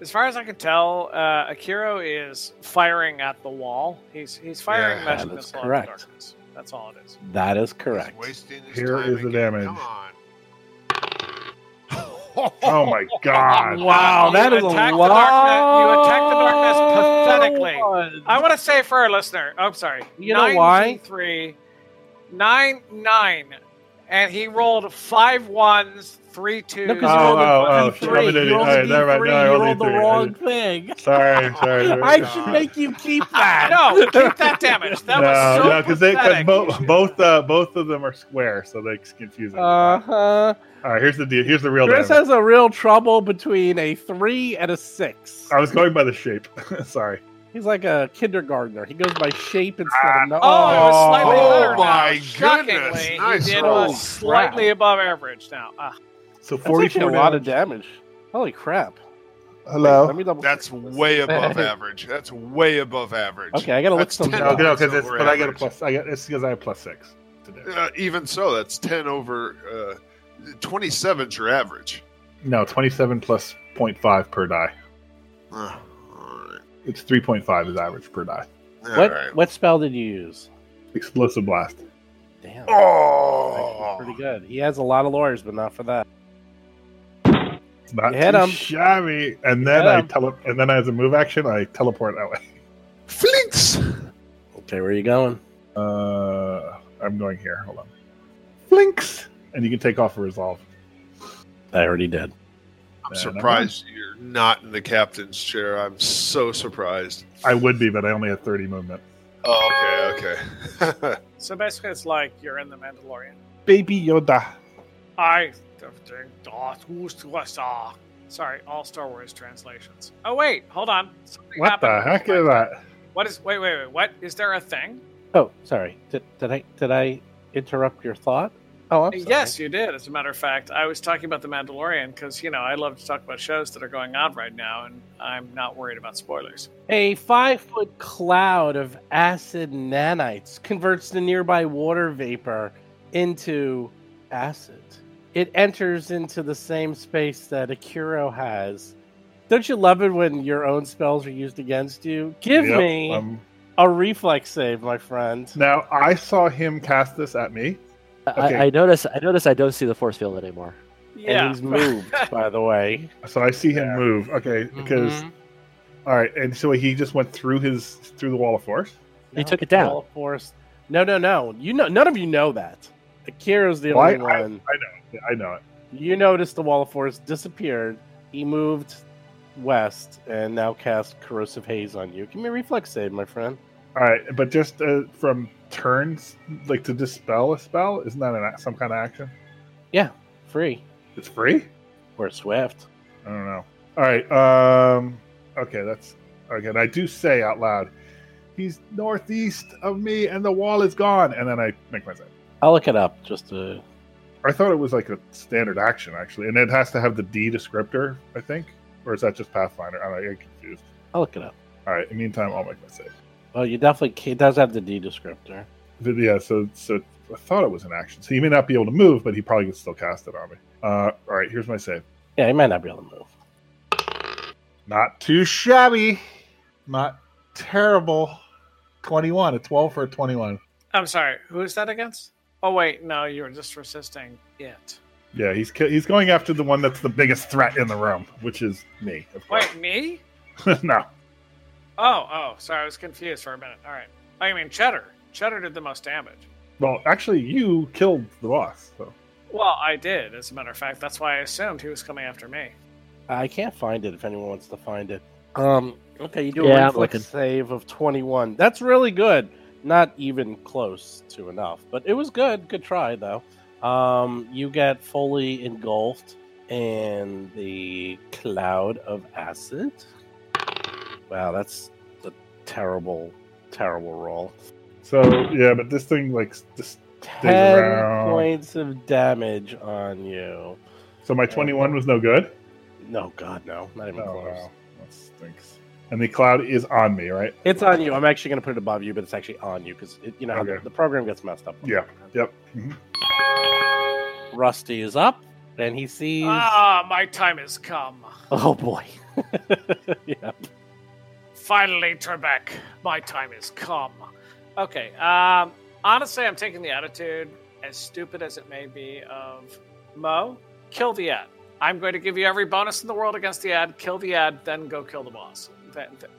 Speaker 5: As far as I can tell, uh, Akiro is firing at the wall. He's he's firing
Speaker 2: Yeah,
Speaker 5: magic
Speaker 8: that's
Speaker 5: missile at
Speaker 1: correct.
Speaker 5: the darkness. That's all it is.
Speaker 1: That is
Speaker 2: He's
Speaker 1: correct.
Speaker 2: wasting his
Speaker 4: Here
Speaker 2: time
Speaker 4: is the
Speaker 2: again.
Speaker 4: damage.
Speaker 2: Come on.
Speaker 4: oh my god.
Speaker 1: Wow,
Speaker 5: You
Speaker 1: that is a
Speaker 5: attack the
Speaker 1: long
Speaker 5: darkness- you attack the darkness pathetically.
Speaker 1: one.
Speaker 5: I want to say for our listener, oh, I'm sorry.
Speaker 1: You know why?
Speaker 5: Three, nine, nine, and he rolled five ones, three twos.
Speaker 1: No, 'cause
Speaker 4: Oh,
Speaker 1: you rolled
Speaker 4: oh,
Speaker 1: a
Speaker 4: oh,
Speaker 1: D3.
Speaker 4: I'm an idiot.
Speaker 1: You rolled
Speaker 4: All
Speaker 1: a
Speaker 4: right, never mind.
Speaker 1: D3,
Speaker 4: No, I
Speaker 1: you
Speaker 4: rolled a
Speaker 1: rolled the
Speaker 4: D3. I
Speaker 1: wrong
Speaker 4: didn't-
Speaker 1: thing.
Speaker 4: Sorry. Sorry. sorry.
Speaker 1: I should make you keep that.
Speaker 5: Ah, no, keep that damage. That was
Speaker 4: no,
Speaker 5: so
Speaker 4: no, because they because
Speaker 5: pathetic.
Speaker 4: both both uh, both of them are square, so that's confusing.
Speaker 1: Uh huh.
Speaker 4: All right, here's the deal. Here's the real.
Speaker 1: Chris
Speaker 4: Damage.
Speaker 1: has a real trouble between a three and a six.
Speaker 4: I was going by the shape. Sorry.
Speaker 1: He's like a kindergartner. He goes by shape instead of no.
Speaker 5: Oh, it was slightly
Speaker 2: Oh,
Speaker 5: better
Speaker 2: my
Speaker 5: now.
Speaker 2: goodness.
Speaker 5: Shockingly,
Speaker 2: Nice
Speaker 5: he did
Speaker 2: roll.
Speaker 5: was slightly above average now. Ah,
Speaker 4: So
Speaker 1: That's actually
Speaker 4: forty-four
Speaker 1: a lot of
Speaker 4: damage.
Speaker 1: damage. Holy crap! Wait,
Speaker 4: Hello.
Speaker 1: let me double
Speaker 2: That's
Speaker 1: check this.
Speaker 2: way above average. That's way above average.
Speaker 1: Okay, I gotta look
Speaker 2: That's
Speaker 1: some.
Speaker 2: ten
Speaker 4: No,
Speaker 1: up.
Speaker 4: no, because
Speaker 2: That's
Speaker 4: it's
Speaker 2: over
Speaker 4: but I got a
Speaker 2: average.
Speaker 4: plus. I got it's because I have plus six today.
Speaker 2: Uh, even so, that's ten over. Uh, Twenty-seven's your average.
Speaker 4: No, twenty-seven plus 0.5 per die.
Speaker 2: Uh, all right.
Speaker 4: It's three point five is average per die.
Speaker 2: All
Speaker 1: What
Speaker 2: right.
Speaker 1: what spell did you use?
Speaker 4: Explosive blast.
Speaker 1: Damn,
Speaker 2: Oh,
Speaker 1: pretty good. He has a lot of lawyers, but not for that.
Speaker 4: It's not
Speaker 1: You hit
Speaker 4: too
Speaker 1: him.
Speaker 4: shabby. And then
Speaker 1: hit
Speaker 4: I
Speaker 1: him.
Speaker 4: tele- and then as a move action, I teleport that way.
Speaker 2: flinks.
Speaker 1: Okay, where are you going?
Speaker 4: Uh, I'm going here. Hold on. Flinks, and you can take off a resolve.
Speaker 1: I already did.
Speaker 2: I'm
Speaker 4: Uh,
Speaker 2: surprised you're not in the captain's chair. I'm so surprised.
Speaker 4: I would be, but I only had 30 movement.
Speaker 2: Oh, okay, okay.
Speaker 5: so basically, it's like you're in the Mandalorian.
Speaker 4: Baby Yoda.
Speaker 5: I sorry, all Star Wars translations. Oh wait, hold on. Something
Speaker 4: What
Speaker 5: happened.
Speaker 4: the heck is that?
Speaker 5: What is? Wait, wait, wait. What is there a thing?
Speaker 1: Oh, sorry. Did, did I did I interrupt your thought? Oh, I'm sorry.
Speaker 5: Uh, Yes, you did. As a matter of fact, I was talking about the Mandalorian because you know I love to talk about shows that are going on right now, and I'm not worried about spoilers.
Speaker 1: A five foot cloud of acid nanites converts the nearby water vapor into acid. It enters into the same space that Akiro has. Don't you love it when your own spells are used against you? Give
Speaker 4: Yep,
Speaker 1: me
Speaker 4: um,
Speaker 1: a reflex save, my friend.
Speaker 4: now, I saw him cast this at me. Okay.
Speaker 6: I, I notice. I notice. I don't see the force field anymore.
Speaker 5: Yeah,
Speaker 1: And he's moved, by the way.
Speaker 4: So I see him move. Okay, because.
Speaker 1: Mhm.
Speaker 4: all right, and so he just went through his through the wall of force.
Speaker 6: He took it down.
Speaker 1: all of course. No, no, no. You know, none of you know that. Akiro's the
Speaker 4: Well, I,
Speaker 1: only
Speaker 4: I, I
Speaker 1: one.
Speaker 4: know, it. I know it.
Speaker 1: You noticed the wall of force disappeared. He moved west and now cast corrosive haze on you. Give me a reflex save, my friend.
Speaker 4: All right, but just uh, from turns, like to dispel a spell, isn't that an, act- some kind of action?
Speaker 1: Free
Speaker 4: It's free.
Speaker 1: or swift.
Speaker 4: I don't know. All right. Um. Okay, that's okay. And I do say out loud, "He's northeast of me, and the wall is gone." And then I make my save.
Speaker 1: I'll look it up just to.
Speaker 4: I thought it was like a standard action actually, and it has to have the D descriptor, I think, or is that just Pathfinder? I don't know, I get confused.
Speaker 1: I'll look it up.
Speaker 4: All right. In the meantime, I'll make my save.
Speaker 1: Well, you definitely can, it does have the D descriptor.
Speaker 4: But yeah. So so I thought it was an action. So he may not be able to move, but he probably could still cast it on me. Uh. All right. Here's my save.
Speaker 1: Yeah, he might not be able to move.
Speaker 4: Not too shabby. Not terrible. Twenty-one. A twelve for a twenty-one.
Speaker 5: I'm sorry. Who is that against? Oh wait, no, you're just resisting it.
Speaker 4: Yeah, he's ki- he's going after the one that's the biggest threat in the room, which is me. Of course.
Speaker 5: Wait, me?
Speaker 4: no,
Speaker 5: Oh, oh, sorry, I was confused for a minute. All right. I mean, Cheddar. Cheddar did the most damage.
Speaker 4: well, actually, you killed the boss. So.
Speaker 5: Well, I did, as a matter of fact. That's why I assumed he was coming after me.
Speaker 1: I can't find it if anyone wants to find it. Um, okay, you do
Speaker 6: Yeah,
Speaker 1: a
Speaker 6: I'm
Speaker 1: reflex
Speaker 6: looking.
Speaker 1: save of 21. That's really good. Not even close to enough, but it was good. Good try, though. Um, you get fully engulfed in the cloud of acid. Wow, that's a terrible, terrible roll.
Speaker 4: So yeah, but this thing like just
Speaker 1: 10
Speaker 4: around.
Speaker 1: points of damage on you.
Speaker 4: so my twenty one was no good.
Speaker 1: No, God, no. Not even
Speaker 4: Oh
Speaker 1: close.
Speaker 4: wow, that stinks. And the cloud is on me, right?
Speaker 1: It's on you. I'm actually going to put it above you, but it's actually on you because you know how
Speaker 4: Okay.
Speaker 1: the, the program gets messed up.
Speaker 4: Yeah. Yep. Mhm.
Speaker 1: Rusty is up, and he sees.
Speaker 5: Ah, my time has come.
Speaker 1: Oh boy. yeah.
Speaker 5: Finally, Trebek, my time has come. Okay. Um, honestly, I'm taking the attitude, as stupid as it may be, of Mo, kill the ad. I'm going to give you every bonus in the world against the ad. Kill the ad, then go kill the boss. Th- th-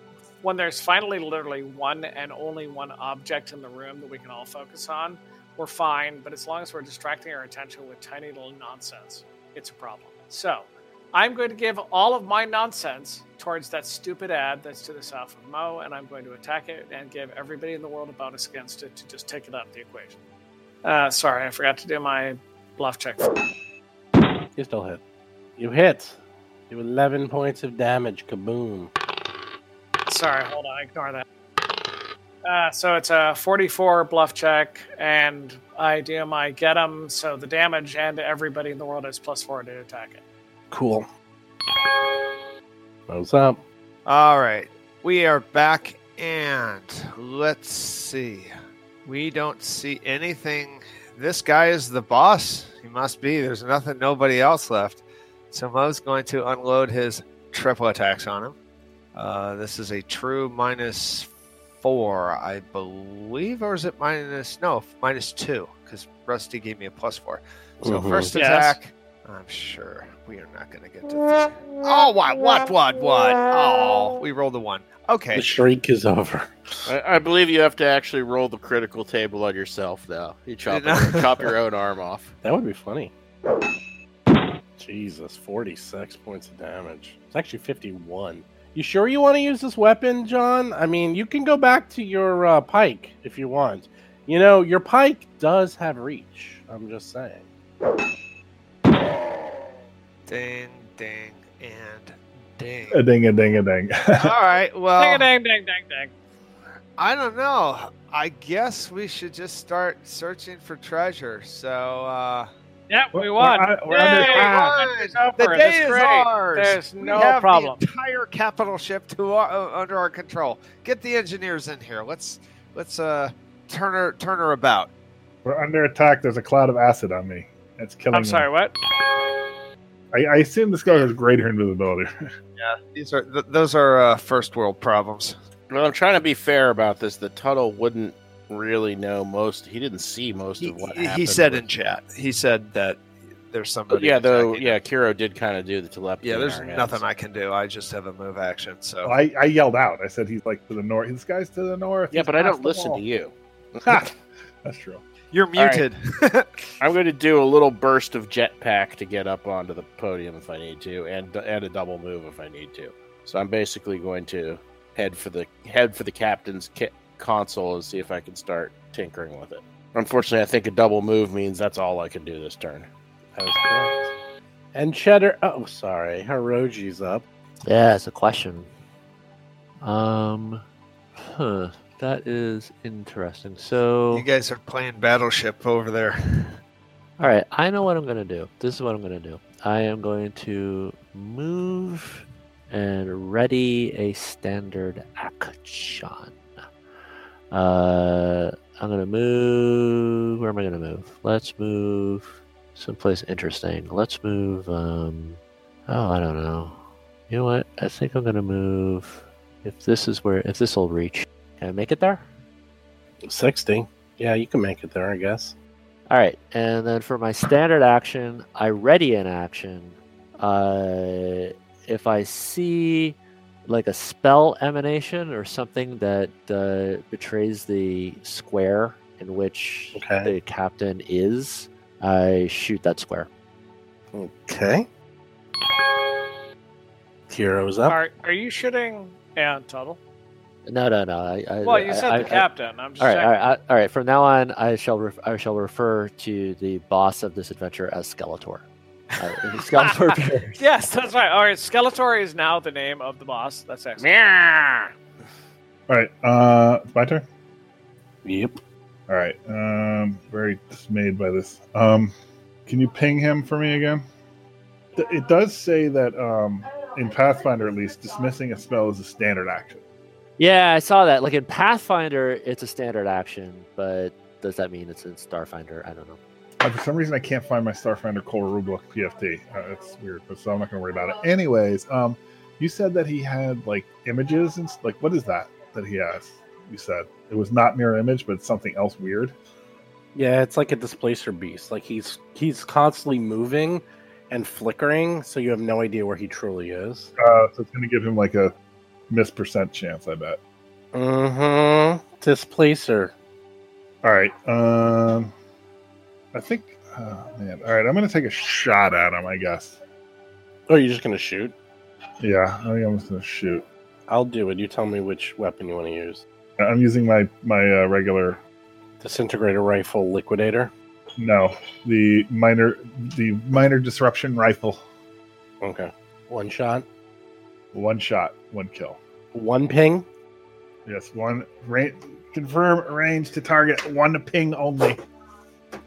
Speaker 5: When there's finally literally one and only one object in the room that we can all focus on, we're fine. But as long as we're distracting our attention with tiny little nonsense, it's a problem. So I'm going to give all of my nonsense towards that stupid ad that's to the south of Mo, and I'm going to attack it and give everybody in the world a bonus against it to just take it out of the equation. Uh, sorry, I forgot to do my bluff check.
Speaker 1: You still hit. You hit. You 11 points of damage. Kaboom.
Speaker 5: Sorry, hold on, ignore that. Uh, so it's a 44 bluff check, and I do my get 'em, so the damage and everybody in the world is plus four to attack it.
Speaker 1: Cool. What's up?
Speaker 2: All right. We are back and let's see. We don't see anything. This guy is the boss. He must be. There's nothing, nobody else left. So Mo's going to unload his triple attacks on him. Uh, this is a true minus four, I believe, or is it minus? No, minus two, because Rusty gave me a plus four. So
Speaker 1: Mhm.
Speaker 2: first
Speaker 5: Yes.
Speaker 2: attack, I'm sure we are not going to get to this. Oh, what, what, what, what? Oh, we rolled a one.
Speaker 1: The
Speaker 2: Okay.
Speaker 1: shriek is over.
Speaker 7: I, I believe you have to actually roll the critical table on yourself now. You chop,
Speaker 2: No.
Speaker 7: chop your own arm off.
Speaker 1: That would be funny. Jesus, 46 points of damage. It's actually 51. You sure you want to use this weapon, John? I mean, you can go back to your uh, pike if you want. You know, your pike does have reach. I'm just saying.
Speaker 2: Ding, ding, and ding.
Speaker 4: A ding a ding a ding.
Speaker 2: All right.
Speaker 5: Dang,
Speaker 2: Well,
Speaker 5: dang, dang, dang, dang.
Speaker 2: I don't know. I guess we should just start searching for treasure. So, uh,
Speaker 5: Yep, we
Speaker 4: We're-
Speaker 5: won.
Speaker 4: we're on- we're on
Speaker 5: Yay,
Speaker 4: the-
Speaker 5: we
Speaker 4: ah.
Speaker 5: won. It's over.
Speaker 2: the
Speaker 5: That's
Speaker 2: day is
Speaker 5: great.
Speaker 2: ours.
Speaker 5: There's
Speaker 2: We
Speaker 5: no
Speaker 2: have
Speaker 5: problem.
Speaker 2: The entire capital ship to our, uh, under our control. Get the engineers in here. Let's let's uh turn her turn her about.
Speaker 4: We're under attack. There's a cloud of acid on me. That's killing
Speaker 5: I'm sorry,
Speaker 4: me.
Speaker 5: what?
Speaker 4: I, I assume this guy has greater invisibility.
Speaker 2: These are th- those are uh, first world problems.
Speaker 7: Well, I'm trying to be fair about this. The Tuttle wouldn't really know most. He didn't see most
Speaker 2: He,
Speaker 7: of what
Speaker 2: he-
Speaker 7: happened.
Speaker 2: he said
Speaker 7: but-
Speaker 2: in chat. He said that there's somebody.
Speaker 7: yeah, though.
Speaker 2: attacking
Speaker 7: Yeah, Kiro did kind of do the telepathy.
Speaker 2: Yeah,
Speaker 7: in
Speaker 2: there's
Speaker 7: our heads.
Speaker 2: nothing I can do. I just have a move action. So
Speaker 4: I, I yelled out. I said he's like to the north. This guy's to the north.
Speaker 7: Yeah,
Speaker 4: He's
Speaker 7: but I
Speaker 4: past
Speaker 7: don't
Speaker 4: the
Speaker 7: listen
Speaker 4: wall.
Speaker 7: to you.
Speaker 4: Ha! That's true.
Speaker 2: you're
Speaker 7: right.
Speaker 2: muted.
Speaker 7: I'm going to do a little burst of jetpack to get up onto the podium if I need to, and and a double move if I need to. So I'm basically going to head for the head for the captain's ca- console and see if I can start tinkering with it. Unfortunately, I think a double move means that's all I can do this turn.
Speaker 1: That was correct. And Cheddar. Oh, sorry. Hiroji's up.
Speaker 6: Yeah, it's a question. Um, huh. That is interesting. So,
Speaker 2: you guys are playing Battleship over there.
Speaker 6: all right, I know what I'm gonna do. This is what I'm gonna do. I am going to move and ready a standard action. Uh, I'm gonna move. Where am I gonna move? Let's move someplace interesting. Let's move. Um, oh, I don't know. You know what? I think I'm gonna move. If this is where, if this will reach, can I make it there?
Speaker 1: 60. Yeah, you can make it there, I guess.
Speaker 6: All right, and then for my standard action, I ready an action. Uh, if I see like a spell emanation or something that uh, betrays the square in which
Speaker 1: Okay.
Speaker 6: the captain is, I shoot that square.
Speaker 1: Okay.
Speaker 8: Heroes up.
Speaker 5: Are, are you shooting? Yeah, total.
Speaker 6: No, no, no. I, I,
Speaker 5: Well, you said
Speaker 6: I,
Speaker 5: the
Speaker 6: I-
Speaker 5: captain. I'm just
Speaker 6: all right, all
Speaker 5: checking.
Speaker 6: right, I- all right. From now on, I shall ref- I shall refer to the boss of this adventure as Skeletor. Uh, Skeletor appears.
Speaker 5: Yes, that's right. All right, Skeletor is now the name of the boss. That's excellent.
Speaker 4: All right, uh, it's my turn.
Speaker 8: Yep.
Speaker 4: All right, um, very dismayed by this. Um, can you ping him for me again? Th- It does say that um, in Pathfinder, at least, dismissing a spell is a standard action.
Speaker 6: Yeah, I saw that. Like in Pathfinder, it's a standard action, but does that mean it's in Starfinder? I don't know.
Speaker 4: Uh, for some reason, I can't find my Starfinder Core rulebook PFT. Uh, it's weird, but so I'm not going to worry about it. Anyways, um, you said that he had like images and s- like what is that that he has? You said it was not mirror image, but it's something else weird.
Speaker 1: Yeah, it's like a displacer beast. Like he's he's constantly moving and flickering, so you have no idea where he truly is.
Speaker 4: Uh, so it's going to give him like a miss percent chance, I bet.
Speaker 1: Mm-hmm. Displacer.
Speaker 4: All right. Um, I think. Oh, man. All right. I'm going to take a shot at him. I guess.
Speaker 1: Oh, you're just gonna shoot?
Speaker 4: Yeah. I think I'm just going to shoot.
Speaker 1: I'll do it. You tell me which weapon you want to use.
Speaker 4: I- I'm using my my uh, regular.
Speaker 1: Disintegrator rifle liquidator.
Speaker 4: No, the minor the minor disruption rifle.
Speaker 1: Okay. One shot.
Speaker 4: One shot, one kill.
Speaker 1: One ping.
Speaker 4: Yes, one ra- confirm range to target, one to ping only. All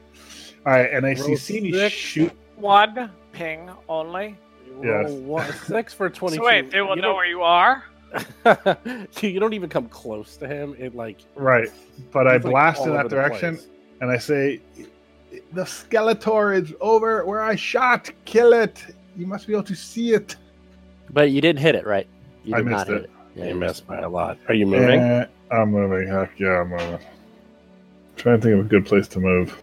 Speaker 4: right, and I see
Speaker 1: Roll
Speaker 4: Sini
Speaker 1: six.
Speaker 4: shoot.
Speaker 5: One ping only.
Speaker 4: Yes.
Speaker 1: Roll one- six for twenty.
Speaker 5: So wait, they will know where you are.
Speaker 1: you, you don't even come close to him. It like.
Speaker 4: Right, but I
Speaker 1: it's, like,
Speaker 4: blast
Speaker 1: all
Speaker 4: in
Speaker 1: over
Speaker 4: that
Speaker 1: the
Speaker 4: direction,
Speaker 1: place.
Speaker 4: and I say, "The Skeletor is over where I shot. Kill it. You must be able to see it."
Speaker 6: But you didn't hit it, right? You
Speaker 4: I
Speaker 6: did
Speaker 4: missed
Speaker 6: not hit
Speaker 4: it.
Speaker 6: it. Yeah,
Speaker 1: You
Speaker 6: you
Speaker 1: missed by a lot. Are you moving?
Speaker 4: Eh, I'm moving. Heck yeah, I'm moving. Trying to think of a good place to move.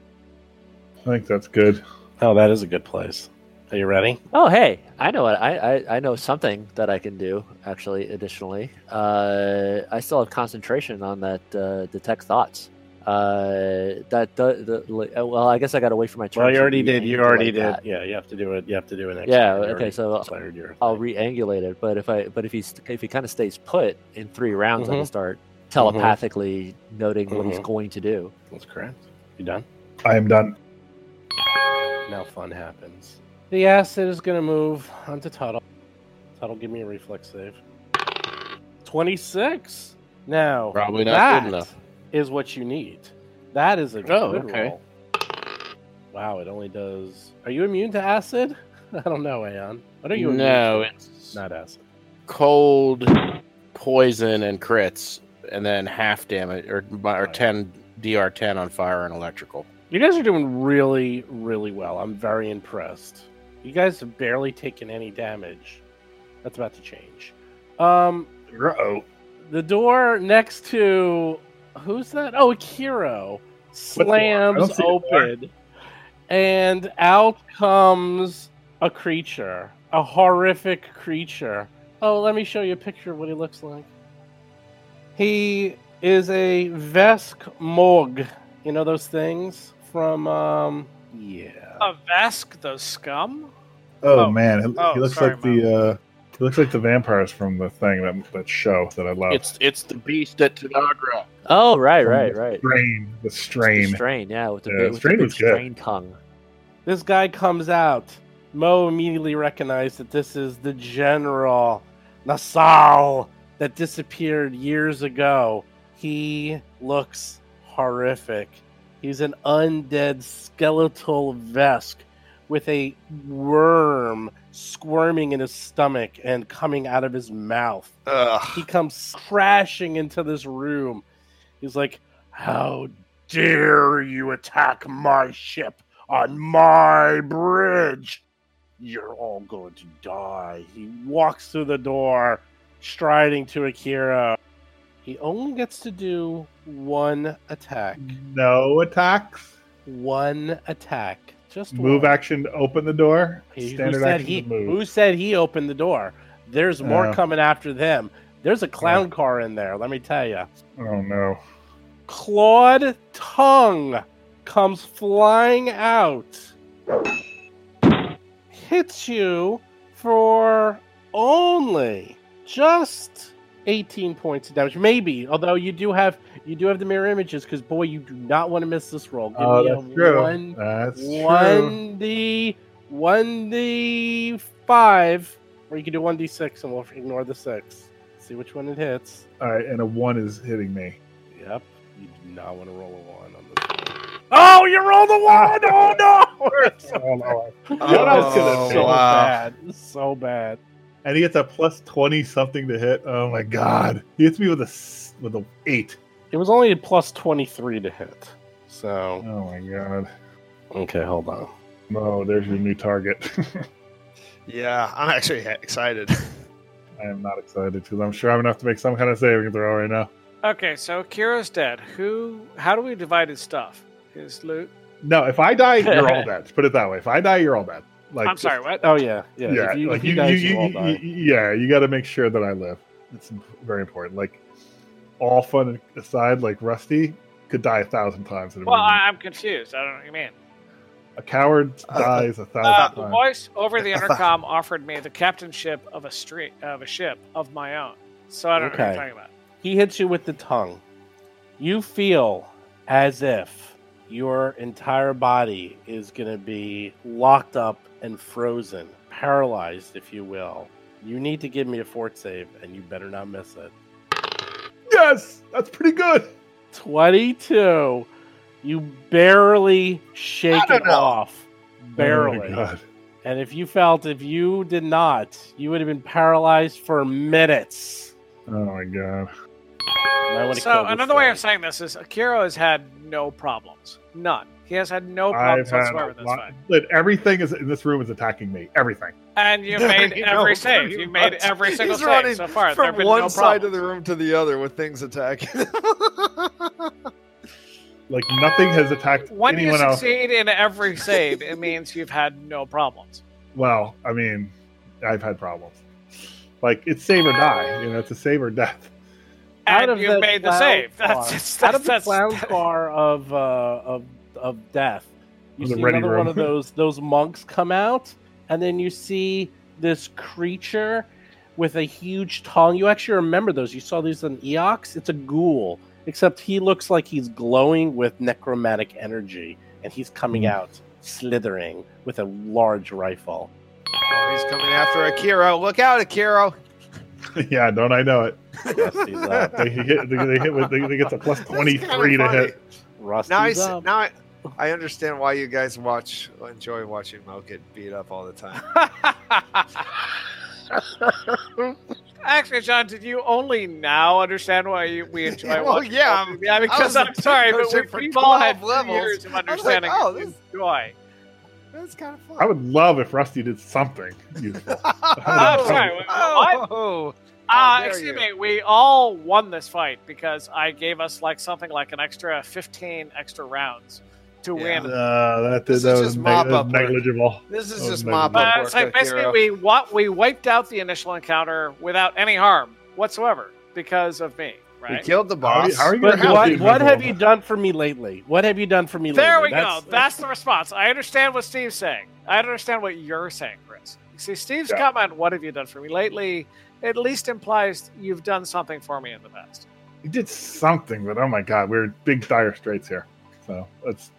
Speaker 4: I think that's good.
Speaker 1: Oh, that is a good place. Are you ready?
Speaker 6: Oh, hey, I know what I, I I know something that I can do actually. Additionally, uh, I still have concentration on that uh, detect thoughts. Uh, that do, the, li- uh, well, I guess I got to wait for my turn.
Speaker 1: Well, you
Speaker 6: to
Speaker 1: already did. You
Speaker 6: re-angulate
Speaker 1: already did.
Speaker 6: that.
Speaker 1: Yeah, you have to do it. You have to do it next.
Speaker 6: Yeah,
Speaker 1: turn. You
Speaker 6: okay,
Speaker 1: already
Speaker 6: so I'll-
Speaker 1: declared your
Speaker 6: I'll
Speaker 1: thing.
Speaker 6: re-angulate it, but if I but if he's if he kind of stays put in three rounds, I
Speaker 1: Mhm.
Speaker 4: Mm-hmm.
Speaker 6: can start telepathically noting what he's
Speaker 1: Mhm.
Speaker 6: going to do.
Speaker 1: That's correct. You done?
Speaker 4: I am done.
Speaker 1: Now fun happens. The acid is going to move onto Tuttle. Tuttle, give me a reflex save. 26. Now,
Speaker 7: Probably not
Speaker 1: that
Speaker 7: good enough.
Speaker 1: is what you need. That is a
Speaker 7: Oh,
Speaker 1: good
Speaker 7: okay.
Speaker 1: roll. Wow, it only does. Are you immune to acid? I don't know, Aeon. What are you immune
Speaker 7: No,
Speaker 1: to?
Speaker 7: it's
Speaker 1: Not acid.
Speaker 7: cold, poison, and crits, and then half damage or or
Speaker 1: Right.
Speaker 7: ten dr ten on fire and electrical.
Speaker 1: You guys are doing really, really well. I'm very impressed. You guys have barely taken any damage. That's about to change. Um,
Speaker 4: Uh-oh.
Speaker 1: the door next to who's that? Oh, Kiro
Speaker 4: I don't
Speaker 1: slams
Speaker 4: see a door.
Speaker 1: open, and out comes a creature, a horrific creature. Oh, let me show you a picture of what he looks like. He is a Vesk Morg. You know those things from um yeah.
Speaker 6: Oh.
Speaker 5: A Vesk, the scum.
Speaker 4: Oh,
Speaker 5: Oh.
Speaker 4: man, he, he
Speaker 5: Oh,
Speaker 4: looks
Speaker 5: sorry,
Speaker 4: like the uh, he looks like the vampires from the thing that that show that I love.
Speaker 7: It's it's the beast at Tanagra.
Speaker 6: Oh, right,
Speaker 4: From
Speaker 6: right,
Speaker 4: the
Speaker 6: right.
Speaker 4: strain. The
Speaker 6: The
Speaker 4: strain.
Speaker 6: strain, yeah, with the
Speaker 4: Yeah,
Speaker 6: big, with the
Speaker 4: strain
Speaker 6: big
Speaker 4: was good.
Speaker 6: strain tongue.
Speaker 1: This guy comes out. Mo immediately recognized that this is the general Nasal that disappeared years ago. He looks horrific. He's an undead skeletal vesk with a worm squirming in his stomach and coming out of his mouth
Speaker 2: Ugh.
Speaker 1: he comes crashing into this room. He's like, How dare you attack my ship on my bridge? You're all going to die. He walks through the door, striding to Akira. He only gets to do one attack.
Speaker 4: No attacks.
Speaker 1: One attack. Just
Speaker 4: Move
Speaker 1: one.
Speaker 4: action to open the door.
Speaker 1: He- who
Speaker 4: Standard
Speaker 1: said
Speaker 4: action
Speaker 1: he,
Speaker 4: to move.
Speaker 1: Who said he opened the door? There's more
Speaker 4: Yeah.
Speaker 1: coming after them. There's a clown car in there, let me tell you.
Speaker 4: Oh no.
Speaker 1: clawed tongue comes flying out, hits you for only just 18 points of damage. Maybe, although you do have you do have the mirror images because boy, you do not want to miss this roll. Give
Speaker 4: Oh,
Speaker 1: me a
Speaker 4: that's true.
Speaker 1: one
Speaker 4: That's true.
Speaker 1: one d one d five, or you can do one d six, and we'll ignore the six. See which one it hits.
Speaker 4: All right, and a one is hitting me.
Speaker 1: Yep. You do not want to roll a one on this. Oh, you rolled a one! Oh no! It's so
Speaker 4: Oh, no.
Speaker 1: What
Speaker 4: I was gonna say.
Speaker 1: bad. It's So bad.
Speaker 4: And he gets a plus twenty something to hit. Oh my god! He hits me with a s- with a eight.
Speaker 1: It was only a plus twenty three to hit. So
Speaker 4: Oh my god!
Speaker 1: okay, hold on.
Speaker 4: No, there's your new target.
Speaker 2: Yeah, I'm actually he- excited.
Speaker 4: I am not excited because I'm sure I'm gonna have to make some kind of saving throw right now.
Speaker 5: Okay, so Kira's dead. Who? How do we divide his stuff? His loot?
Speaker 4: No, if I die, you're all dead. Put it that way. If I die, you're all dead. Like
Speaker 5: I'm sorry, what?
Speaker 1: Oh yeah, yeah.
Speaker 4: yeah,
Speaker 1: if you,
Speaker 4: like
Speaker 1: if you, guys, you, all
Speaker 4: you-
Speaker 1: die.
Speaker 4: you- yeah, you got to make sure that I live. It's very important. Like all fun aside, like Rusty could die a thousand times. In a,
Speaker 5: Well,
Speaker 4: movie.
Speaker 5: I, I'm confused. I don't know what you mean.
Speaker 4: a coward dies a
Speaker 5: Uh,
Speaker 4: thousand
Speaker 5: the
Speaker 4: times.
Speaker 5: voice over the intercom offered me the captainship of a street of a ship of my own. So I don't know what
Speaker 1: Okay.
Speaker 5: you're talking about.
Speaker 1: He hits you with the tongue. You feel as if your entire body is going to be locked up and frozen, paralyzed, if you will. You need to give me a fort save, and you better not miss it.
Speaker 4: Yes, that's pretty good.
Speaker 1: 22. You barely shake
Speaker 2: don't
Speaker 1: it
Speaker 2: know.
Speaker 1: off.
Speaker 4: Oh my
Speaker 1: Barely.
Speaker 4: God.
Speaker 1: and if you felt if you did not, you would have been paralyzed for minutes.
Speaker 4: Oh my god.
Speaker 1: And I would've
Speaker 5: So
Speaker 1: killed this
Speaker 5: another way
Speaker 1: thing.
Speaker 5: of saying this is Akira has had no problems. None. He has had no
Speaker 4: I've
Speaker 5: problems
Speaker 4: had
Speaker 5: whatsoever
Speaker 4: a
Speaker 5: this
Speaker 4: lot,
Speaker 5: fight.
Speaker 4: Look, everything is in this room is attacking me. Everything.
Speaker 5: And you've
Speaker 2: No,
Speaker 5: made
Speaker 2: he
Speaker 5: every
Speaker 2: knows.
Speaker 5: save.
Speaker 2: He
Speaker 5: You've made
Speaker 2: runs-
Speaker 5: every single
Speaker 2: He's running
Speaker 5: save so far. There
Speaker 2: from
Speaker 5: have been
Speaker 2: one
Speaker 5: no
Speaker 2: side of the
Speaker 5: problems.
Speaker 2: room to the other with things attacking.
Speaker 4: Like nothing has attacked
Speaker 5: When you
Speaker 4: anyone else.
Speaker 5: succeed in every save, it means you've had no problems.
Speaker 4: Well, I mean, I've had problems. Like it's save or die. You know, it's a save or death.
Speaker 1: Out
Speaker 5: And
Speaker 1: of
Speaker 5: you've
Speaker 1: the
Speaker 5: made the
Speaker 1: clown
Speaker 5: save.
Speaker 1: bar-
Speaker 5: That's, that's,
Speaker 1: out of
Speaker 5: that's,
Speaker 1: the
Speaker 5: that's,
Speaker 1: clown bar of uh, of of death. You
Speaker 4: The
Speaker 1: see
Speaker 4: ready
Speaker 1: another
Speaker 4: room.
Speaker 1: one of those those monks come out, and then you see this creature with a huge tongue. You actually remember those? You saw these on Eox. It's a ghoul, except he looks like he's glowing with necromantic energy, and he's coming
Speaker 4: Hmm.
Speaker 1: out slithering with a large rifle.
Speaker 2: He's coming after Akira. Look out, Akira.
Speaker 4: yeah, don't I know it?
Speaker 1: Rusty's up.
Speaker 4: They hit. They, they hit with. They, they get a plus
Speaker 2: That's kinda
Speaker 4: twenty three to
Speaker 2: funny.
Speaker 4: hit.
Speaker 1: Rusty's
Speaker 2: Now I, s-
Speaker 1: up.
Speaker 2: now I, I understand why you guys watch, enjoy watching Mo get beat up all the time.
Speaker 5: Actually, John, did you only now understand why you, we enjoy
Speaker 2: Well,
Speaker 5: watching
Speaker 2: yeah,
Speaker 5: Pokemon? yeah, because
Speaker 2: was a
Speaker 5: I'm sorry, but
Speaker 2: precursor
Speaker 5: we've,
Speaker 2: for
Speaker 5: we've all had
Speaker 2: 12
Speaker 5: two
Speaker 2: levels.
Speaker 5: years of
Speaker 2: I was like,
Speaker 5: understanding
Speaker 2: oh,
Speaker 5: of
Speaker 2: this-
Speaker 5: joy.
Speaker 2: That's kind of fun.
Speaker 4: I would love if Rusty did something useful.
Speaker 5: I'm sorry, wait, what?
Speaker 2: Oh, How
Speaker 5: Uh,
Speaker 2: dare
Speaker 5: excuse
Speaker 2: you.
Speaker 5: me, we all won this fight because I gave us like something like an extra 15 extra rounds to
Speaker 2: Yeah.
Speaker 5: win.
Speaker 4: Uh, that,
Speaker 2: This
Speaker 4: that
Speaker 2: is
Speaker 4: was
Speaker 2: just
Speaker 4: neg-
Speaker 2: mop
Speaker 4: that was
Speaker 2: up work.
Speaker 4: negligible.
Speaker 2: This is
Speaker 4: Oh,
Speaker 2: just
Speaker 4: no.
Speaker 2: mop
Speaker 5: Uh,
Speaker 2: up
Speaker 5: it's
Speaker 2: work,
Speaker 5: like basically
Speaker 2: Akira.
Speaker 5: we wa- we wiped out the initial encounter without any harm whatsoever because of me,
Speaker 2: We
Speaker 5: right?
Speaker 2: killed the
Speaker 4: How are you-
Speaker 2: boss.
Speaker 4: how are you
Speaker 1: But
Speaker 4: gonna
Speaker 1: what,
Speaker 4: help
Speaker 1: what
Speaker 4: people?
Speaker 1: have you done for me lately? What have you done for me
Speaker 5: There we
Speaker 1: lately?
Speaker 5: go. That's the response. I understand what Steve's saying. I understand what you're saying, Chris. See, Steve's
Speaker 4: Yeah.
Speaker 5: comment, "What have you done for me lately?" at least implies you've done something for me in the past.
Speaker 4: You did something, but oh my god, we're in big dire straits here. So let's.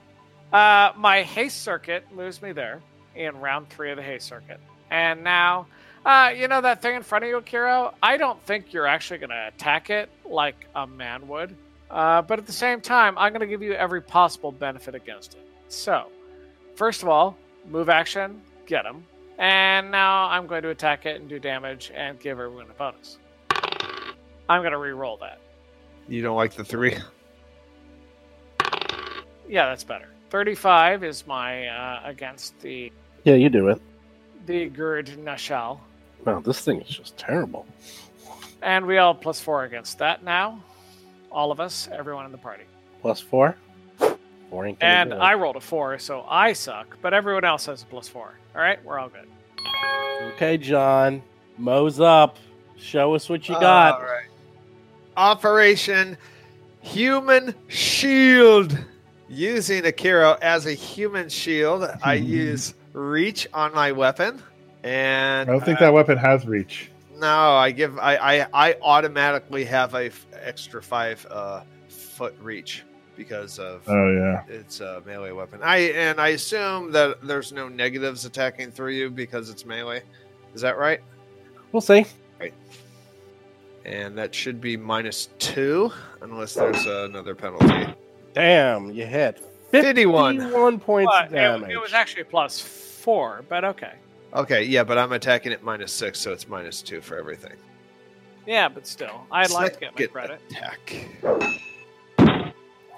Speaker 5: Uh, my haste circuit moves me there in round three of the haste circuit, and now, uh, you know that thing in front of you, Kiro. I don't think you're actually going to attack it like a man would, uh, but at the same time, I'm going to give you every possible benefit against it. So, first of all, move action, get him, and now I'm going to attack it and do damage and give everyone a bonus. I'm going to re-roll that.
Speaker 2: You don't like the three?
Speaker 5: Yeah, that's better. 35 is my uh, against the
Speaker 1: Yeah, you do it.
Speaker 5: the Gerd Nashal.
Speaker 1: Wow, this thing is just terrible.
Speaker 5: And we all plus four against that now. All of us, everyone in the party.
Speaker 1: Plus four. Four ain't gonna
Speaker 5: And
Speaker 1: do it.
Speaker 5: I rolled a four, so I suck, but everyone else has a plus four. All right, we're all good.
Speaker 1: okay, John, Mo's up. Show us what you got.
Speaker 2: All right. Operation Human Shield. Using Akira as a human shield, I use reach on my weapon.
Speaker 4: I
Speaker 2: And
Speaker 4: don't think that weapon has reach.
Speaker 2: no, I give I I, I automatically have a f- extra five uh, foot reach because of
Speaker 4: Oh yeah.
Speaker 2: it's a melee weapon. I and I assume that there's no negatives attacking through you because it's melee. Is that right?
Speaker 1: We'll see.
Speaker 2: And that should be minus two, unless there's another penalty.
Speaker 1: Damn, you hit
Speaker 2: 51.
Speaker 1: points
Speaker 5: Well,
Speaker 1: of
Speaker 5: it,
Speaker 1: damage.
Speaker 5: it was actually plus four, but okay.
Speaker 2: Okay, yeah, but I'm attacking at minus six, so it's minus two for everything.
Speaker 5: Yeah, but still, I'd like to get my
Speaker 2: Second
Speaker 5: credit.
Speaker 2: Attack.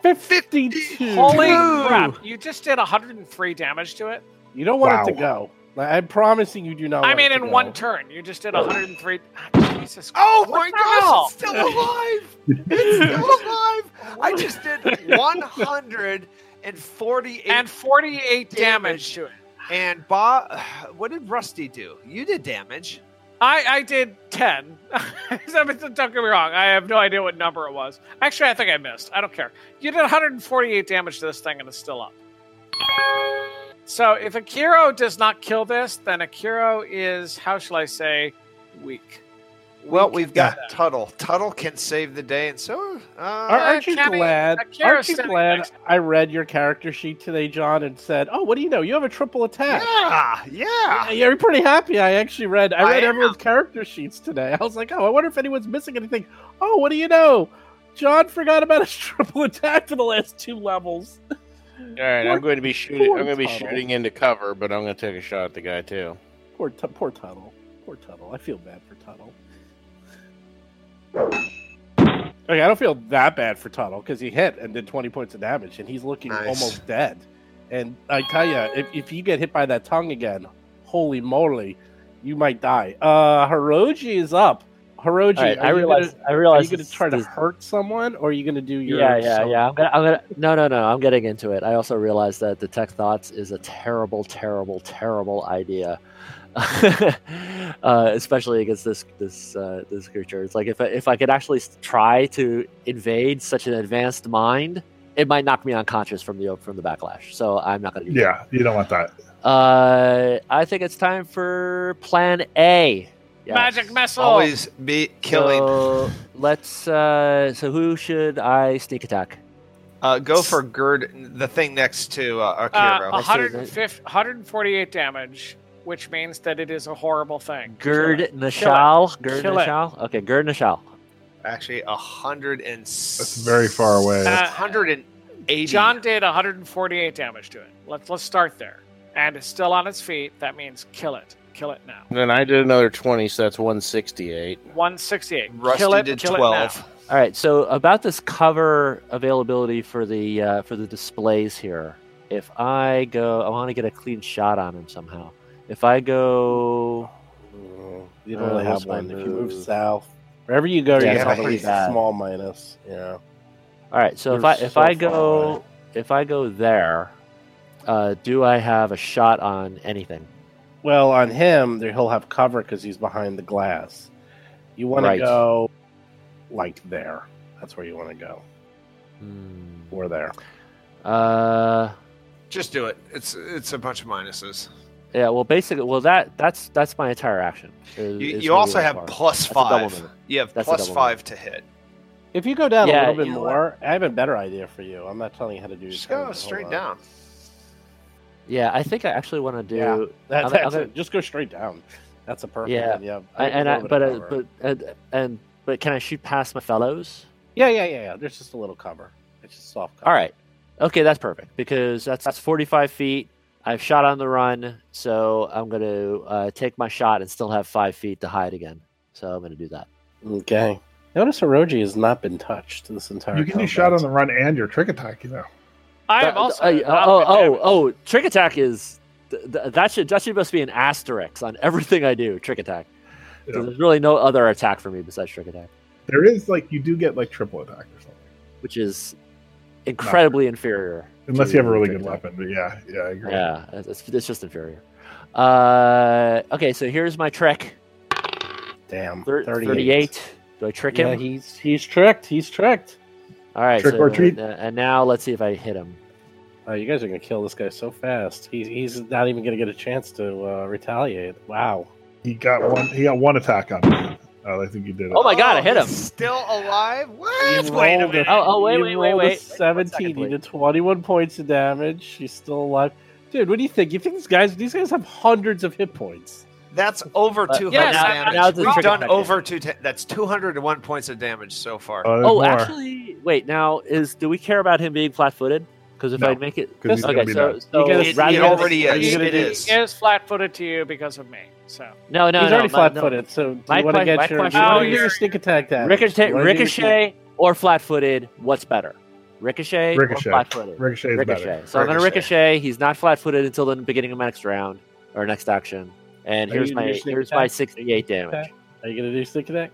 Speaker 1: 52.
Speaker 5: Holy
Speaker 2: Two.
Speaker 5: crap! You just did 103 damage to it.
Speaker 1: You don't want it to
Speaker 4: Wow.
Speaker 1: go. Like, I'm promising you do not.
Speaker 5: I
Speaker 1: want
Speaker 5: mean,
Speaker 1: it to
Speaker 5: in
Speaker 1: go.
Speaker 5: one turn, you just did 103. Ah, Jesus. Christ.
Speaker 2: Oh
Speaker 5: What
Speaker 2: my
Speaker 5: the
Speaker 2: gosh, it's still
Speaker 5: hell?
Speaker 2: alive! It's still alive! I just did 148.
Speaker 5: And 48 damage,
Speaker 2: Damage.
Speaker 5: to it.
Speaker 2: and Bob, what did Rusty do? You did damage.
Speaker 5: I, I did 10. So, but Don't get me wrong. I have no idea what number it was. Actually, I think I missed. I don't care. You did 148 damage to this thing, and it's still up. So if Akiro does not kill this, then Akiro is, how shall I say, weak.
Speaker 2: Well, we've got
Speaker 5: Yeah.
Speaker 2: Tuttle. Tuttle can save the day, and so. Uh,
Speaker 1: Ar- Aren't you
Speaker 5: Kenny-
Speaker 1: glad?
Speaker 5: uh, Kara's
Speaker 1: Aren't you
Speaker 5: sitting
Speaker 1: glad
Speaker 5: next
Speaker 1: I read your character sheet today, John, and said, "Oh, what do you know? You have a triple attack."
Speaker 2: yeah,
Speaker 1: Yeah,
Speaker 2: yeah.
Speaker 1: You're pretty happy. I actually read. I
Speaker 2: I
Speaker 1: read
Speaker 2: am.
Speaker 1: everyone's character sheets today. I was like, "Oh, I wonder if anyone's missing anything." Oh, what do you know? John forgot about his triple attack for the last two levels.
Speaker 7: All right, I'm going to be shooting.
Speaker 1: poor
Speaker 7: I'm going to be
Speaker 1: Tuttle.
Speaker 7: shooting into cover, but I'm going to take a shot at the guy too.
Speaker 1: Poor, t- poor Tuttle. Poor Tuttle. I feel bad for Tuttle. Okay, I don't feel that bad for Tuttle because he hit and did 20 points of damage, and he's looking
Speaker 2: Nice.
Speaker 1: almost dead. And I tell you, if, if you get hit by that tongue again, holy moly, you might die. Uh, Hiroji is up. Hiroji,
Speaker 6: All right,
Speaker 1: are
Speaker 6: I
Speaker 1: you
Speaker 6: realize.
Speaker 1: gonna-
Speaker 6: I
Speaker 1: Are you
Speaker 6: realize.
Speaker 1: going to
Speaker 6: it's-
Speaker 1: try to
Speaker 6: it's-
Speaker 1: hurt someone, or are you going to do your?
Speaker 6: Yeah, yeah,
Speaker 1: solo-
Speaker 6: yeah. I'm gonna, I'm gonna. No, no, no. I'm getting into it. I also realize that the tech thoughts is a terrible, terrible, terrible idea, uh, especially against this this uh, this creature. It's like if I, if I could actually s- try to invade such an advanced mind, it might knock me unconscious from the from the backlash. So I'm not gonna do
Speaker 4: Yeah, you don't want that.
Speaker 6: that. Uh, I think it's time for Plan A. Yes.
Speaker 5: Magic missile.
Speaker 2: Always be killing.
Speaker 6: So let's. Uh, so who should I sneak attack?
Speaker 2: Uh, go for Gerd, the thing next to uh,
Speaker 5: Uh,
Speaker 2: Akira.
Speaker 5: 150, 148 damage, which means that it is a horrible thing.
Speaker 6: Gerd
Speaker 5: Kill it.
Speaker 6: Nashal. Gerd
Speaker 5: Kill it.
Speaker 6: Nashal. Okay, Gerd Nashal.
Speaker 2: Actually, a hundred and that's
Speaker 4: very far away.
Speaker 5: Uh,
Speaker 2: hundred and eighty.
Speaker 5: John did 148 damage to it. Let's let's start there. And it's still on its feet. That means kill it. Kill it now.
Speaker 7: And then I did another 20, so that's 168.
Speaker 5: 168.
Speaker 2: Rusty
Speaker 5: kill it,
Speaker 2: did
Speaker 5: kill
Speaker 2: twelve.
Speaker 5: It
Speaker 6: All right. So about this cover availability for the uh, for the displays here. If I go, I want to get a clean shot on him somehow. If I go,
Speaker 1: You
Speaker 6: Uh,
Speaker 1: don't really
Speaker 6: what's
Speaker 1: have
Speaker 6: my
Speaker 1: one. If you move
Speaker 6: move?
Speaker 1: south, wherever you go,
Speaker 6: Yeah,
Speaker 1: you
Speaker 2: it's
Speaker 1: have a
Speaker 2: pretty
Speaker 1: pretty
Speaker 6: bad.
Speaker 1: small minus. Yeah.
Speaker 6: all right. So if
Speaker 1: You're
Speaker 6: I if
Speaker 1: so
Speaker 6: I
Speaker 1: far
Speaker 6: go
Speaker 1: away.
Speaker 6: if I go there, uh, do I have a shot on anything?
Speaker 1: Well, on him, there he'll have cover because he's behind the glass. You want
Speaker 6: Right.
Speaker 1: to go like there. That's where you want to go.
Speaker 6: Hmm.
Speaker 1: Or there.
Speaker 6: Uh.
Speaker 2: Just do it. It's it's a bunch of minuses.
Speaker 6: Yeah, well, basically, well, that that's that's my entire action.
Speaker 2: You,
Speaker 6: is- is
Speaker 2: you
Speaker 6: gonna be
Speaker 2: also
Speaker 6: that
Speaker 2: have
Speaker 6: far.
Speaker 2: plus
Speaker 6: That's a double
Speaker 2: five.
Speaker 6: move.
Speaker 2: You have
Speaker 6: That's a
Speaker 2: plus
Speaker 6: double
Speaker 2: five to hit.
Speaker 1: If you go down
Speaker 6: Yeah,
Speaker 1: a little bit
Speaker 6: you know
Speaker 1: more, I have a better idea for you. I'm not telling you how to do
Speaker 2: Just
Speaker 1: this.
Speaker 2: go
Speaker 1: Hold
Speaker 2: straight
Speaker 1: on.
Speaker 2: down.
Speaker 6: Yeah, I think I actually want to do.
Speaker 1: Yeah. That-
Speaker 6: I'm-
Speaker 1: that's
Speaker 6: I'm gonna-
Speaker 1: it. Just go straight down. That's a perfect.
Speaker 6: Yeah.
Speaker 1: and you have
Speaker 6: I,
Speaker 1: a
Speaker 6: and I,
Speaker 1: little bit
Speaker 6: but
Speaker 1: of
Speaker 6: uh,
Speaker 1: cover.
Speaker 6: but and, and but can I shoot past my fellows?
Speaker 1: yeah, yeah, yeah, yeah. There's just a little cover. It's just soft cover.
Speaker 6: All right, okay, that's perfect because that's that's forty five feet. I've shot on the run, so I'm going to uh, take my shot and still have five feet to hide again. So I'm going to do that.
Speaker 1: Okay. Notice Hiroji has not been touched this entire.
Speaker 4: You can do
Speaker 1: combat.
Speaker 4: shot on the run and your trick attack. You know.
Speaker 5: I
Speaker 6: That-
Speaker 5: have also.
Speaker 6: uh, oh
Speaker 5: not been
Speaker 6: oh
Speaker 5: damaged.
Speaker 6: oh! Trick attack is th- th- that should that should must be an asterisk on everything I do. Trick attack. 'Cause
Speaker 4: Yeah.
Speaker 6: There's really no other attack for me besides trick attack.
Speaker 4: There is like you do get like triple attack or something,
Speaker 6: which is incredibly inferior.
Speaker 4: unless you have a really good
Speaker 6: Trick attack.
Speaker 4: weapon. But yeah, yeah, I agree.
Speaker 6: Yeah, it's, it's just inferior. Uh, okay, so here's my trick.
Speaker 1: Damn.
Speaker 6: Thir-
Speaker 1: 38.
Speaker 6: 38. Do I trick
Speaker 1: Yeah,
Speaker 6: him?
Speaker 1: he's he's tricked. He's tricked.
Speaker 6: All right.
Speaker 4: Trick
Speaker 6: so,
Speaker 4: or treat.
Speaker 6: uh, and now let's see if I hit him.
Speaker 1: Oh, you guys are gonna kill this guy so fast. He's he's not even gonna get a chance to uh, retaliate. Wow.
Speaker 4: He got one. He got one attack on me. Uh, I think he did. It.
Speaker 6: Oh my god, I hit him.
Speaker 2: he's Still alive? What?
Speaker 1: You
Speaker 2: Wait a
Speaker 1: rolled a-
Speaker 2: minute.
Speaker 6: Oh, oh wait,
Speaker 1: You
Speaker 6: wait, wait,
Speaker 1: rolled a
Speaker 6: wait.
Speaker 1: Seventeen. you did twenty-one points of damage. He's still alive, dude. What do you think? You think these guys? These guys have hundreds of hit points.
Speaker 2: That's over
Speaker 6: But-
Speaker 2: 200
Speaker 6: yeah,
Speaker 5: now-
Speaker 2: damage.
Speaker 6: now it's a
Speaker 2: We've
Speaker 6: trick
Speaker 2: done
Speaker 6: attack,
Speaker 2: over two. ta- that's 201 points of damage so far.
Speaker 4: Uh, there's
Speaker 6: Oh,
Speaker 4: more,
Speaker 6: actually, wait. Now is do we care about him being flat-footed? Because if
Speaker 4: No,
Speaker 6: I make it,
Speaker 4: 'cause he's
Speaker 1: okay,
Speaker 4: gonna
Speaker 6: okay.
Speaker 4: be
Speaker 6: So,
Speaker 4: dead.
Speaker 6: so
Speaker 1: Because
Speaker 2: it,
Speaker 1: rather
Speaker 2: it
Speaker 1: than-
Speaker 2: already
Speaker 1: are you
Speaker 2: is.
Speaker 1: gonna
Speaker 2: It
Speaker 1: do-
Speaker 2: is.
Speaker 5: He is flat-footed to you because of me. So
Speaker 6: no, no,
Speaker 1: he's
Speaker 6: no,
Speaker 1: already
Speaker 6: my- no.
Speaker 1: flat-footed. So do
Speaker 6: My
Speaker 1: you want to
Speaker 6: que- my
Speaker 1: get your?
Speaker 6: question
Speaker 1: what are
Speaker 5: is-
Speaker 1: your sneak attack damage?
Speaker 6: Ricochet,
Speaker 1: What are your sneak-
Speaker 6: ricochet, or flat-footed. What's better? Ricochet,
Speaker 4: Ricochet.
Speaker 6: or flat-footed.
Speaker 4: Ricochet is
Speaker 6: ricochet.
Speaker 4: better.
Speaker 6: So I'm gonna
Speaker 2: Ricochet.
Speaker 6: ricochet. He's not flat-footed until the beginning of my next round or next action. And
Speaker 1: Are
Speaker 6: here's
Speaker 1: you
Speaker 6: my
Speaker 1: using
Speaker 6: here's my
Speaker 1: attack?
Speaker 6: 68 damage.
Speaker 1: Okay. Are you gonna do sneak attack?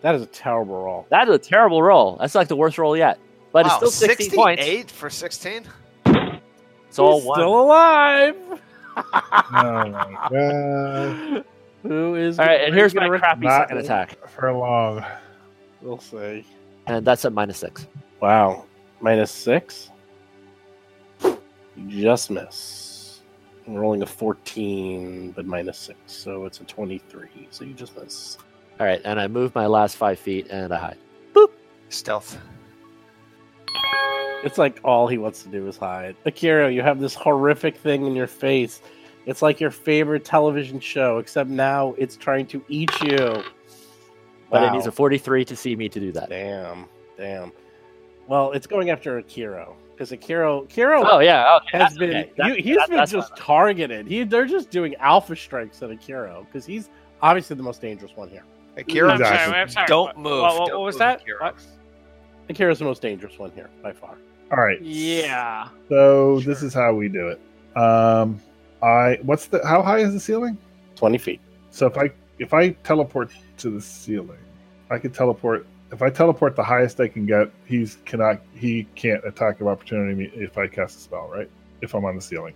Speaker 1: that is a terrible roll.
Speaker 6: That is a terrible roll. That's like the worst roll yet. But
Speaker 2: wow,
Speaker 6: it's still 16 points.
Speaker 2: 68 for 16?
Speaker 6: It's all
Speaker 1: He's
Speaker 6: one.
Speaker 1: still alive.
Speaker 4: Oh my god.
Speaker 1: Who is?
Speaker 6: all right, and here's my
Speaker 1: gonna-
Speaker 6: crappy
Speaker 4: Not-
Speaker 6: second attack,
Speaker 4: For long.
Speaker 1: We'll see.
Speaker 6: and that's at minus six.
Speaker 1: Wow. Minus six. Just miss. I'm rolling a 14, but minus six. So it's a 23. So you just miss.
Speaker 6: All right, and I move my last five feet and I hide.
Speaker 2: Stealth.
Speaker 1: It's like all he wants to do is hide. Akira, you have this horrific thing in your face. It's like your favorite television show, except now it's trying to eat you.
Speaker 6: But it
Speaker 1: Wow.
Speaker 6: needs a 43 to see me to do that.
Speaker 1: Damn. Damn. Well, it's going after Akira. Because Akira, Akira
Speaker 6: Oh yeah, okay,
Speaker 1: has
Speaker 6: that's
Speaker 1: been
Speaker 6: okay.
Speaker 1: you,
Speaker 6: That-
Speaker 1: he's
Speaker 6: that-
Speaker 1: been
Speaker 6: that's
Speaker 1: just
Speaker 6: fine.
Speaker 1: targeted. He they're just doing alpha strikes at Akiro because he's obviously the most dangerous one here.
Speaker 2: Akira,
Speaker 5: I'm
Speaker 4: Exactly.
Speaker 5: sorry, I'm sorry.
Speaker 2: don't
Speaker 5: What-
Speaker 2: move.
Speaker 5: What, what
Speaker 2: Don't
Speaker 5: was
Speaker 2: move,
Speaker 5: that?
Speaker 2: Akira.
Speaker 5: What?
Speaker 1: Akiro's the most dangerous one here by far.
Speaker 4: All right.
Speaker 5: Yeah.
Speaker 4: So this
Speaker 5: Sure.
Speaker 4: is how we do it. Um, I what's the how high is the ceiling?
Speaker 1: Twenty feet.
Speaker 4: So if I if I teleport to the ceiling, I could teleport. If I teleport the highest I can get, he's cannot he can't attack of opportunity me if I cast a spell, right? If I'm on the ceiling,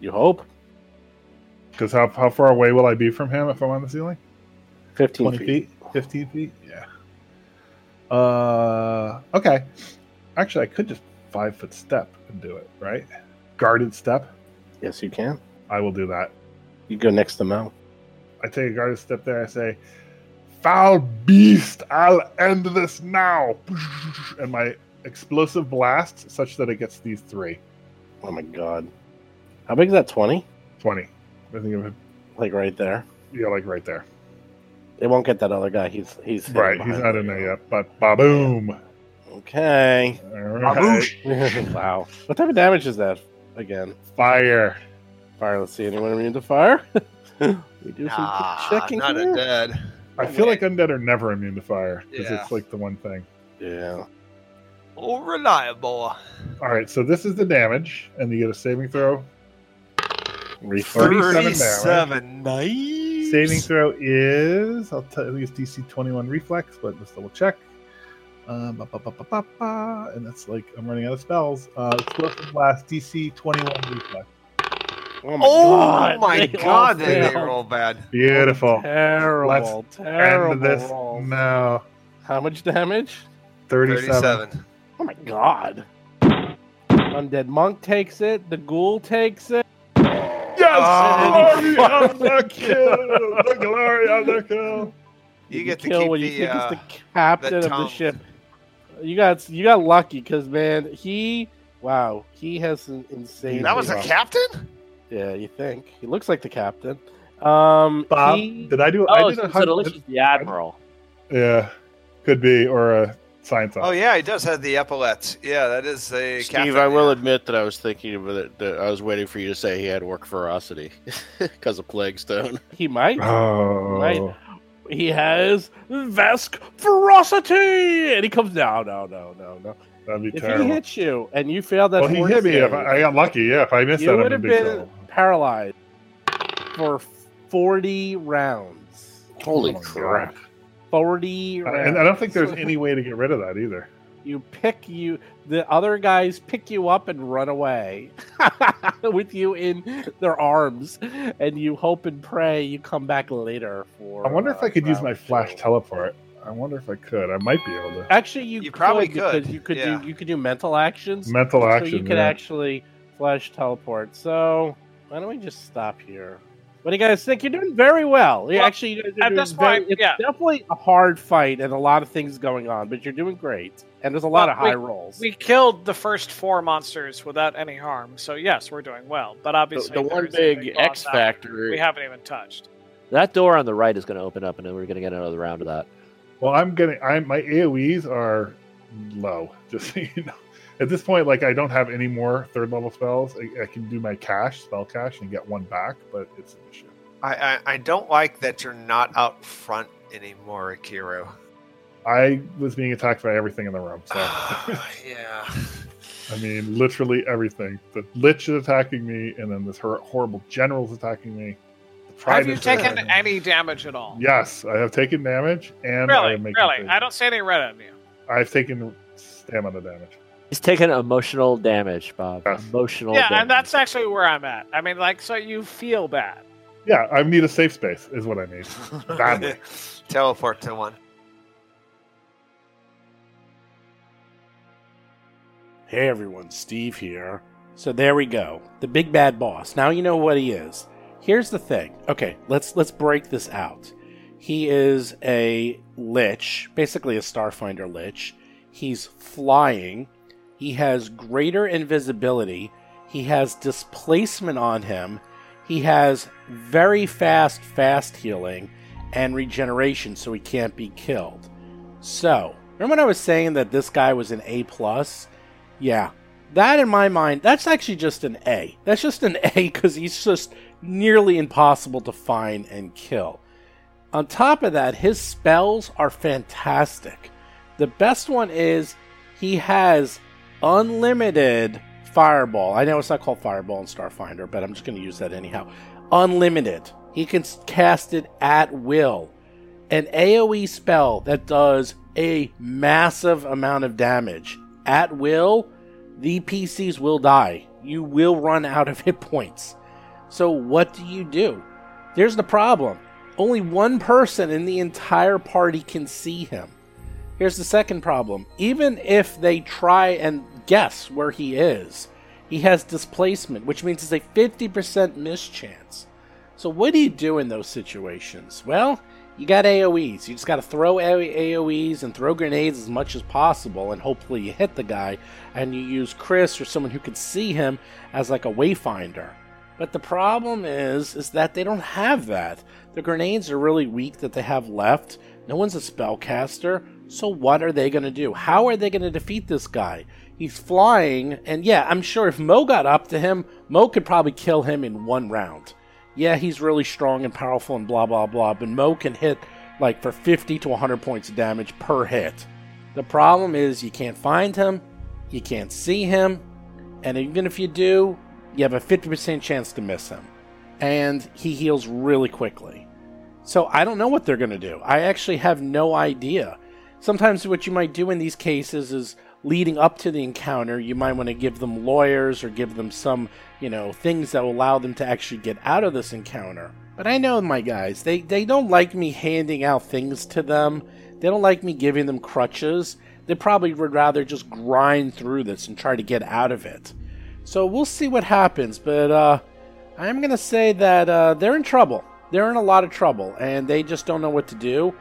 Speaker 1: You hope
Speaker 4: because how how far away will I be from him if I'm on the ceiling?
Speaker 1: fifteen
Speaker 4: Twenty
Speaker 1: feet.
Speaker 4: feet, fifteen feet, yeah. Uh, okay. Actually, I could just five foot step and do it, right? Guarded step.
Speaker 1: Yes, you can.
Speaker 4: I will do that.
Speaker 1: You go next to Mel.
Speaker 4: I take a guarded step there. I say, "Foul beast! I'll end this now!" And my explosive blast, such that it gets these three.
Speaker 1: Oh my god. How big is that? Twenty?
Speaker 4: Twenty. I think of it.
Speaker 1: Like right there.
Speaker 4: Yeah, like right there.
Speaker 1: They won't get that other guy. He's he's hidden
Speaker 4: Right. He's
Speaker 1: behind
Speaker 4: not
Speaker 1: the-
Speaker 4: in there yet. But baboom.
Speaker 1: Okay.
Speaker 4: All right.
Speaker 1: wow. What type of damage is that again?
Speaker 4: Fire.
Speaker 1: Fire. Let's see. Anyone immune to fire? we do
Speaker 2: Nah,
Speaker 1: some quick checking
Speaker 2: not
Speaker 1: here.
Speaker 2: a dead.
Speaker 4: I feel like undead are never immune to fire because
Speaker 2: Yeah.
Speaker 4: it's like the one thing.
Speaker 1: Yeah.
Speaker 2: Oh, reliable.
Speaker 4: All right. So this is the damage, and you get a saving throw. Thirty-seven. damage.
Speaker 2: 37. Nice.
Speaker 4: Saving throw is I'll tell you it's DC twenty one reflex, but let's double check. Um, ba, ba, ba, ba, ba, ba, and that's like I'm running out of spells. Uh, explosive blast DC twenty one reflex.
Speaker 1: Oh my
Speaker 2: Oh my
Speaker 1: they all
Speaker 2: god, they, they
Speaker 1: failed.
Speaker 2: roll bad.
Speaker 4: Beautiful.
Speaker 1: Terrible,
Speaker 4: Let's
Speaker 1: terrible.
Speaker 4: End this
Speaker 1: roll.
Speaker 4: now.
Speaker 1: How much damage?
Speaker 4: Thirty
Speaker 2: 37.
Speaker 4: seven.
Speaker 1: Oh my god. Undead monk takes it. The ghoul takes it.
Speaker 4: Yes,
Speaker 2: Oh,
Speaker 4: glory of the kill, the glory of the kill.
Speaker 2: You get to
Speaker 1: kill
Speaker 2: keep
Speaker 1: what you
Speaker 2: the,
Speaker 1: think
Speaker 2: uh,
Speaker 1: is the captain of the
Speaker 2: tongue.
Speaker 1: ship. You got you got lucky because man, he wow, he has an insane.
Speaker 2: That was a captain?
Speaker 1: Yeah, you think he looks like the captain. Um,
Speaker 4: Bob,
Speaker 1: he-
Speaker 4: did I do? I
Speaker 6: Oh,
Speaker 4: did
Speaker 6: so,
Speaker 4: a
Speaker 6: so
Speaker 4: hundred.
Speaker 6: delicious the admiral.
Speaker 4: yeah, could be or a science.
Speaker 2: Oh, yeah, he does have the epaulets. Yeah, that is a captain.
Speaker 7: Steve, I will
Speaker 2: yeah.
Speaker 7: admit that I was thinking of it. That I was waiting for you to say he had work ferocity because of plague stone.
Speaker 1: he might.
Speaker 4: Oh.
Speaker 1: Right. he has Vesk ferocity, and he comes down. No, no, no, no.
Speaker 4: That'd be
Speaker 1: If
Speaker 4: terrible.
Speaker 1: he hit you and you failed that,
Speaker 4: well, he
Speaker 1: horn
Speaker 4: hit me.
Speaker 1: save,
Speaker 4: If I, I got lucky. Yeah, if I missed
Speaker 1: you
Speaker 4: that,
Speaker 1: would
Speaker 4: I'm in
Speaker 1: have
Speaker 4: big
Speaker 1: been
Speaker 4: trouble.
Speaker 1: paralyzed for forty rounds.
Speaker 7: Holy
Speaker 4: Oh my
Speaker 7: crap!
Speaker 4: God.
Speaker 1: Forty
Speaker 4: I-
Speaker 1: rounds.
Speaker 4: Uh, And I don't think there's any way to get rid of that either.
Speaker 1: You pick you. The other guys pick you up and run away with you in their arms, and you hope and pray you come back later for.
Speaker 4: I wonder if
Speaker 1: uh,
Speaker 4: I could use
Speaker 1: round
Speaker 4: my flash
Speaker 1: two.
Speaker 4: teleport. I wonder if I could. I might be able to.
Speaker 8: Actually, you,
Speaker 2: You probably
Speaker 8: because
Speaker 2: could,
Speaker 8: You could
Speaker 2: yeah.
Speaker 8: do you could do mental actions.
Speaker 4: Mental action.
Speaker 8: so you could
Speaker 4: yeah.
Speaker 8: actually flash teleport. So why don't we just stop here? What do you guys think? You're doing very well. you
Speaker 5: Well,
Speaker 8: actually, you guys are
Speaker 5: at
Speaker 8: doing
Speaker 5: this
Speaker 8: very-
Speaker 5: point,
Speaker 8: it's
Speaker 5: yeah.
Speaker 8: definitely a hard fight and a lot of things going on, but you're doing great. And there's a lot
Speaker 5: Well,
Speaker 8: of high
Speaker 5: we-
Speaker 8: rolls.
Speaker 5: We killed the first four monsters without any harm, so yes, we're doing well. But
Speaker 7: The,
Speaker 5: obviously,
Speaker 7: the one
Speaker 5: there's a
Speaker 7: big
Speaker 5: boss
Speaker 7: X
Speaker 5: out
Speaker 7: factor.
Speaker 5: we haven't even touched.
Speaker 6: That door on the right is going to open up, and then we're going to get another round of that.
Speaker 4: Well, I'm getting. I'm my AOE's are low. Just so you know, at this point, like I don't have any more third level spells. I, I can do my cash spell cash and get one back, but it's an issue.
Speaker 2: I, I, I don't like that you're not out front anymore, Akiro.
Speaker 4: I was being attacked by everything in the room. So
Speaker 2: yeah.
Speaker 4: I mean, literally everything. The lich is attacking me, and then this hor- horrible general's attacking me. The
Speaker 5: Have you
Speaker 4: Primus is
Speaker 5: taken
Speaker 4: attacking me.
Speaker 5: any damage at all?
Speaker 4: Yes, I have taken damage, and I
Speaker 5: Really,
Speaker 4: am making
Speaker 5: really.
Speaker 4: saves.
Speaker 5: I don't see any red on you.
Speaker 4: I've taken stamina damage.
Speaker 6: He's taking emotional damage, Bob.
Speaker 4: Yes.
Speaker 6: Emotional.
Speaker 5: yeah,
Speaker 6: damage.
Speaker 5: and that's actually where I'm at. I mean, like, so you feel bad.
Speaker 4: Yeah, I need a safe space, is what I need. Badly.
Speaker 2: Teleport to one.
Speaker 1: Hey everyone, Steve here. So there we go. The big bad boss. Now you know what he is. Here's the thing. Okay, let's let's break this out. He is a lich, basically a starfinder lich. He's flying. He has greater invisibility. He has displacement on him. He has very fast fast healing and regeneration so he can't be killed. So, remember when I was saying that this guy was an A plus? Yeah. That in my mind, that's actually just an A. That's just an A because he's just nearly impossible to find and kill. On top of that, his spells are fantastic. The best one is he has unlimited fireball. I know it's not called fireball in Starfinder, but I'm just going to use that anyhow. Unlimited. He can s- cast it at will. An AoE spell that does a massive amount of damage at will, the PCs will die. You will run out of hit points. So, what do you do? There's the problem. Only one person in the entire party can see him. Here's the second problem. Even if they try and guess where he is, he has displacement, which means it's a 50% mischance. So, what do you do in those situations? Well, you got AoEs. You just got to throw A- AoEs and throw grenades as much as possible, and hopefully you hit the guy, and you use Chris or someone who can see him as like a wayfinder. But the problem is, is that they don't have that. The grenades are really weak that they have left. No one's a spellcaster, so what are they going to do? How are they going to defeat this guy? He's flying, and yeah, I'm sure if Mo got up to him, Mo could probably kill him in one round yeah, he's really strong and powerful and blah, blah, blah, but Mo can hit like for 50 to 100 points of damage per hit. The problem is you can't find him, you can't see him, and even if you do, you have a 50% chance to miss him. And he heals really quickly. So I don't know what they're going to do. I actually have no idea. Sometimes what you might do in these cases is leading up to the encounter, you might want to give them lawyers or give them some, you know, things that will allow them to actually get out of this encounter. But I know my guys, they they don't like me handing out things to them. They don't like me giving them crutches. They probably would rather just grind through this and try to get out of it. So we'll see what happens, but uh I'm going to say that uh, they're in trouble. They're in a lot of trouble, and they just don't know what to do.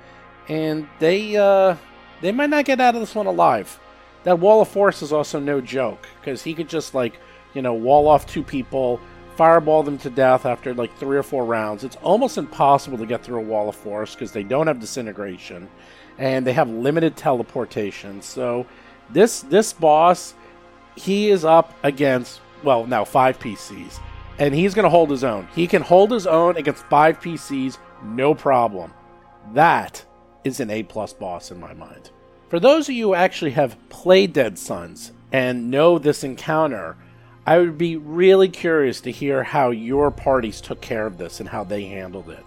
Speaker 1: And they uh, they might not get out of this one alive. That wall of force is also no joke because he could just like you know wall off two people, fireball them to death after like three or four rounds. It's almost impossible to get through a wall of force because they don't have disintegration, and they have limited teleportation. So this this boss, he is up against well now five PCs and he's going to hold his own. He can hold his own against five PCs, no problem. That is an A plus boss in my mind. For those of you who actually have played Dead Sons and know this encounter, I would be really curious to hear how your parties took care of this and how they handled it.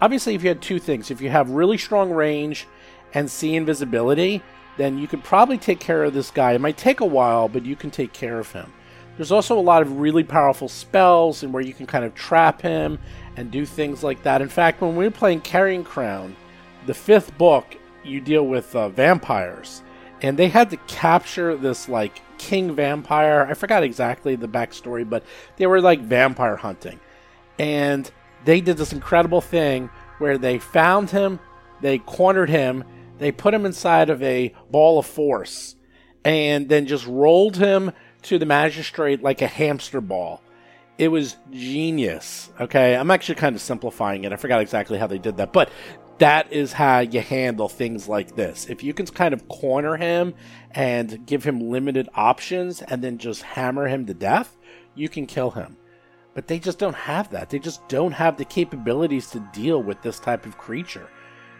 Speaker 1: Obviously, if you had two things, if you have really strong range and see invisibility, then you could probably take care of this guy. It might take a while, but you can take care of him. There's also a lot of really powerful spells and where you can kind of trap him and do things like that. In fact, when we were playing Carrying Crown, the fifth book you deal with uh, vampires, and they had to capture this like king vampire. I forgot exactly the backstory, but they were like vampire hunting, and they did this incredible thing where they found him, they cornered him, they put him inside of a ball of force, and then just rolled him to the magistrate like a hamster ball. It was genius. Okay, I'm actually kind of simplifying it. I forgot exactly how they did that, but that is how you handle things like this. If you can kind of corner him and give him limited options and then just hammer him to death, you can kill him. But they just don't have that. They just don't have the capabilities to deal with this type of creature.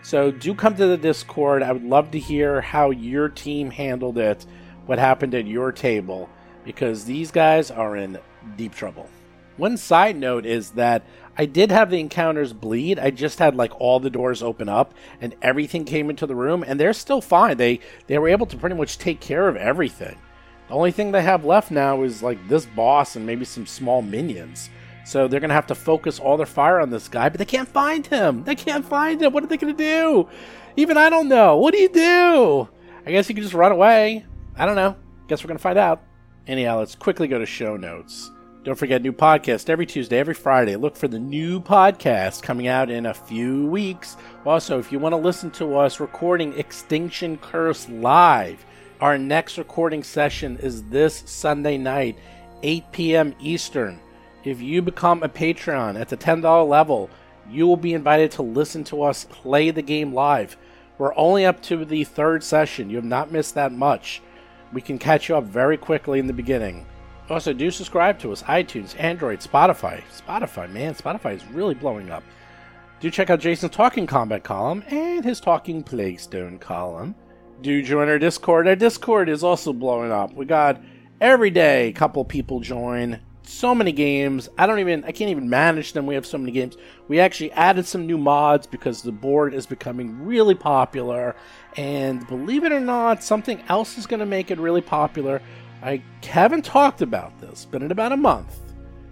Speaker 1: So do come to the Discord. I would love to hear how your team handled it, what happened at your table, because these guys are in deep trouble. One side note is that I did have the encounters bleed. I just had like all the doors open up and everything came into the room and they're still fine. They they were able to pretty much take care of everything. The only thing they have left now is like this boss and maybe some small minions. So they're gonna have to focus all their fire on this guy, but they can't find him. They can't find him. What are they gonna do? Even I don't know. What do you do? I guess you can just run away. I don't know. Guess we're gonna find out. Anyhow, let's quickly go to show notes. Don't forget new podcast every Tuesday, every Friday. Look for the new podcast coming out in a few weeks. Also, if you want to listen to us recording Extinction Curse live, our next recording session is this Sunday night, 8 p.m. Eastern. If you become a Patreon at the $10 level, you will be invited to listen to us play the game live. We're only up to the third session. You have not missed that much. We can catch you up very quickly in the beginning. Also, do subscribe to us iTunes, Android, Spotify. Spotify, man, Spotify is really blowing up. Do check out Jason's Talking Combat column and his Talking Plague Stone column. Do join our Discord. Our Discord is also blowing up. We got every day a couple people join. So many games. I don't even, I can't even manage them. We have so many games. We actually added some new mods because the board is becoming really popular. And believe it or not, something else is going to make it really popular. I haven't talked about this, but in about a month,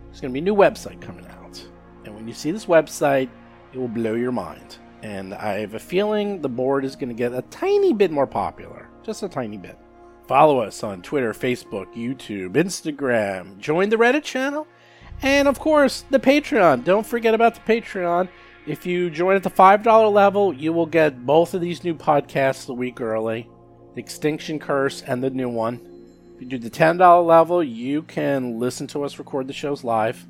Speaker 1: there's going to be a new website coming out. And when you see this website, it will blow your mind. And I have a feeling the board is going to get a tiny bit more popular. Just a tiny bit. Follow us on Twitter, Facebook, YouTube, Instagram. Join the Reddit channel. And of course, the Patreon. Don't forget about the Patreon. If you join at the $5 level, you will get both of these new podcasts a week early the Extinction Curse and the new one. If you do the $10 level, you can listen to us record the shows live.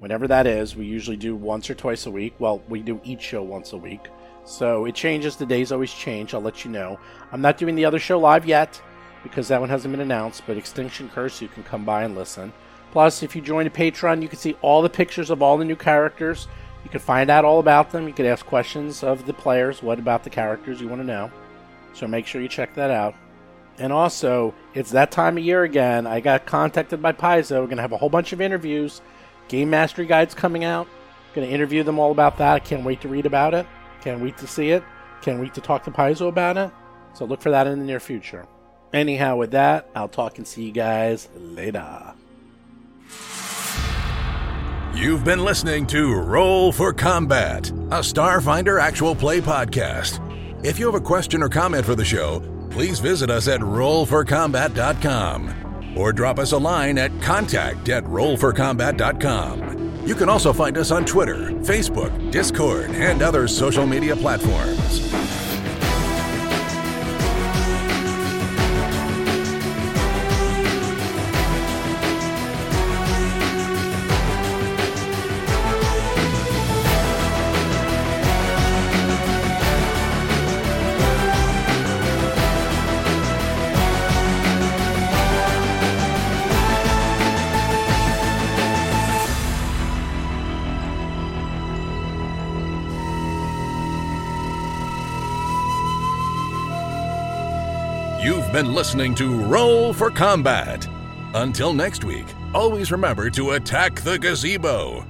Speaker 1: Whenever that is, we usually do once or twice a week. Well, we do each show once a week. So it changes. The days always change. I'll let you know. I'm not doing the other show live yet because that one hasn't been announced, but Extinction Curse, you can come by and listen. Plus, if you join a Patreon, you can see all the pictures of all the new characters. You can find out all about them. You can ask questions of the players, what about the characters you want to know. So make sure you check that out. And also, it's that time of year again. I got contacted by Paizo. We're going to have a whole bunch of interviews. Game Mastery Guide's coming out. Going to interview them all about that. I can't wait to read about it. Can't wait to see it. Can't wait to talk to Paizo about it. So look for that in the near future. Anyhow, with that, I'll talk and see you guys later.
Speaker 3: You've been listening to Roll for Combat, a Starfinder actual play podcast. If you have a question or comment for the show, please visit us at rollforcombat.com or drop us a line at contact at rollforcombat.com. You can also find us on Twitter, Facebook, Discord, and other social media platforms. You've been listening to Roll for Combat. Until next week, always remember to attack the gazebo.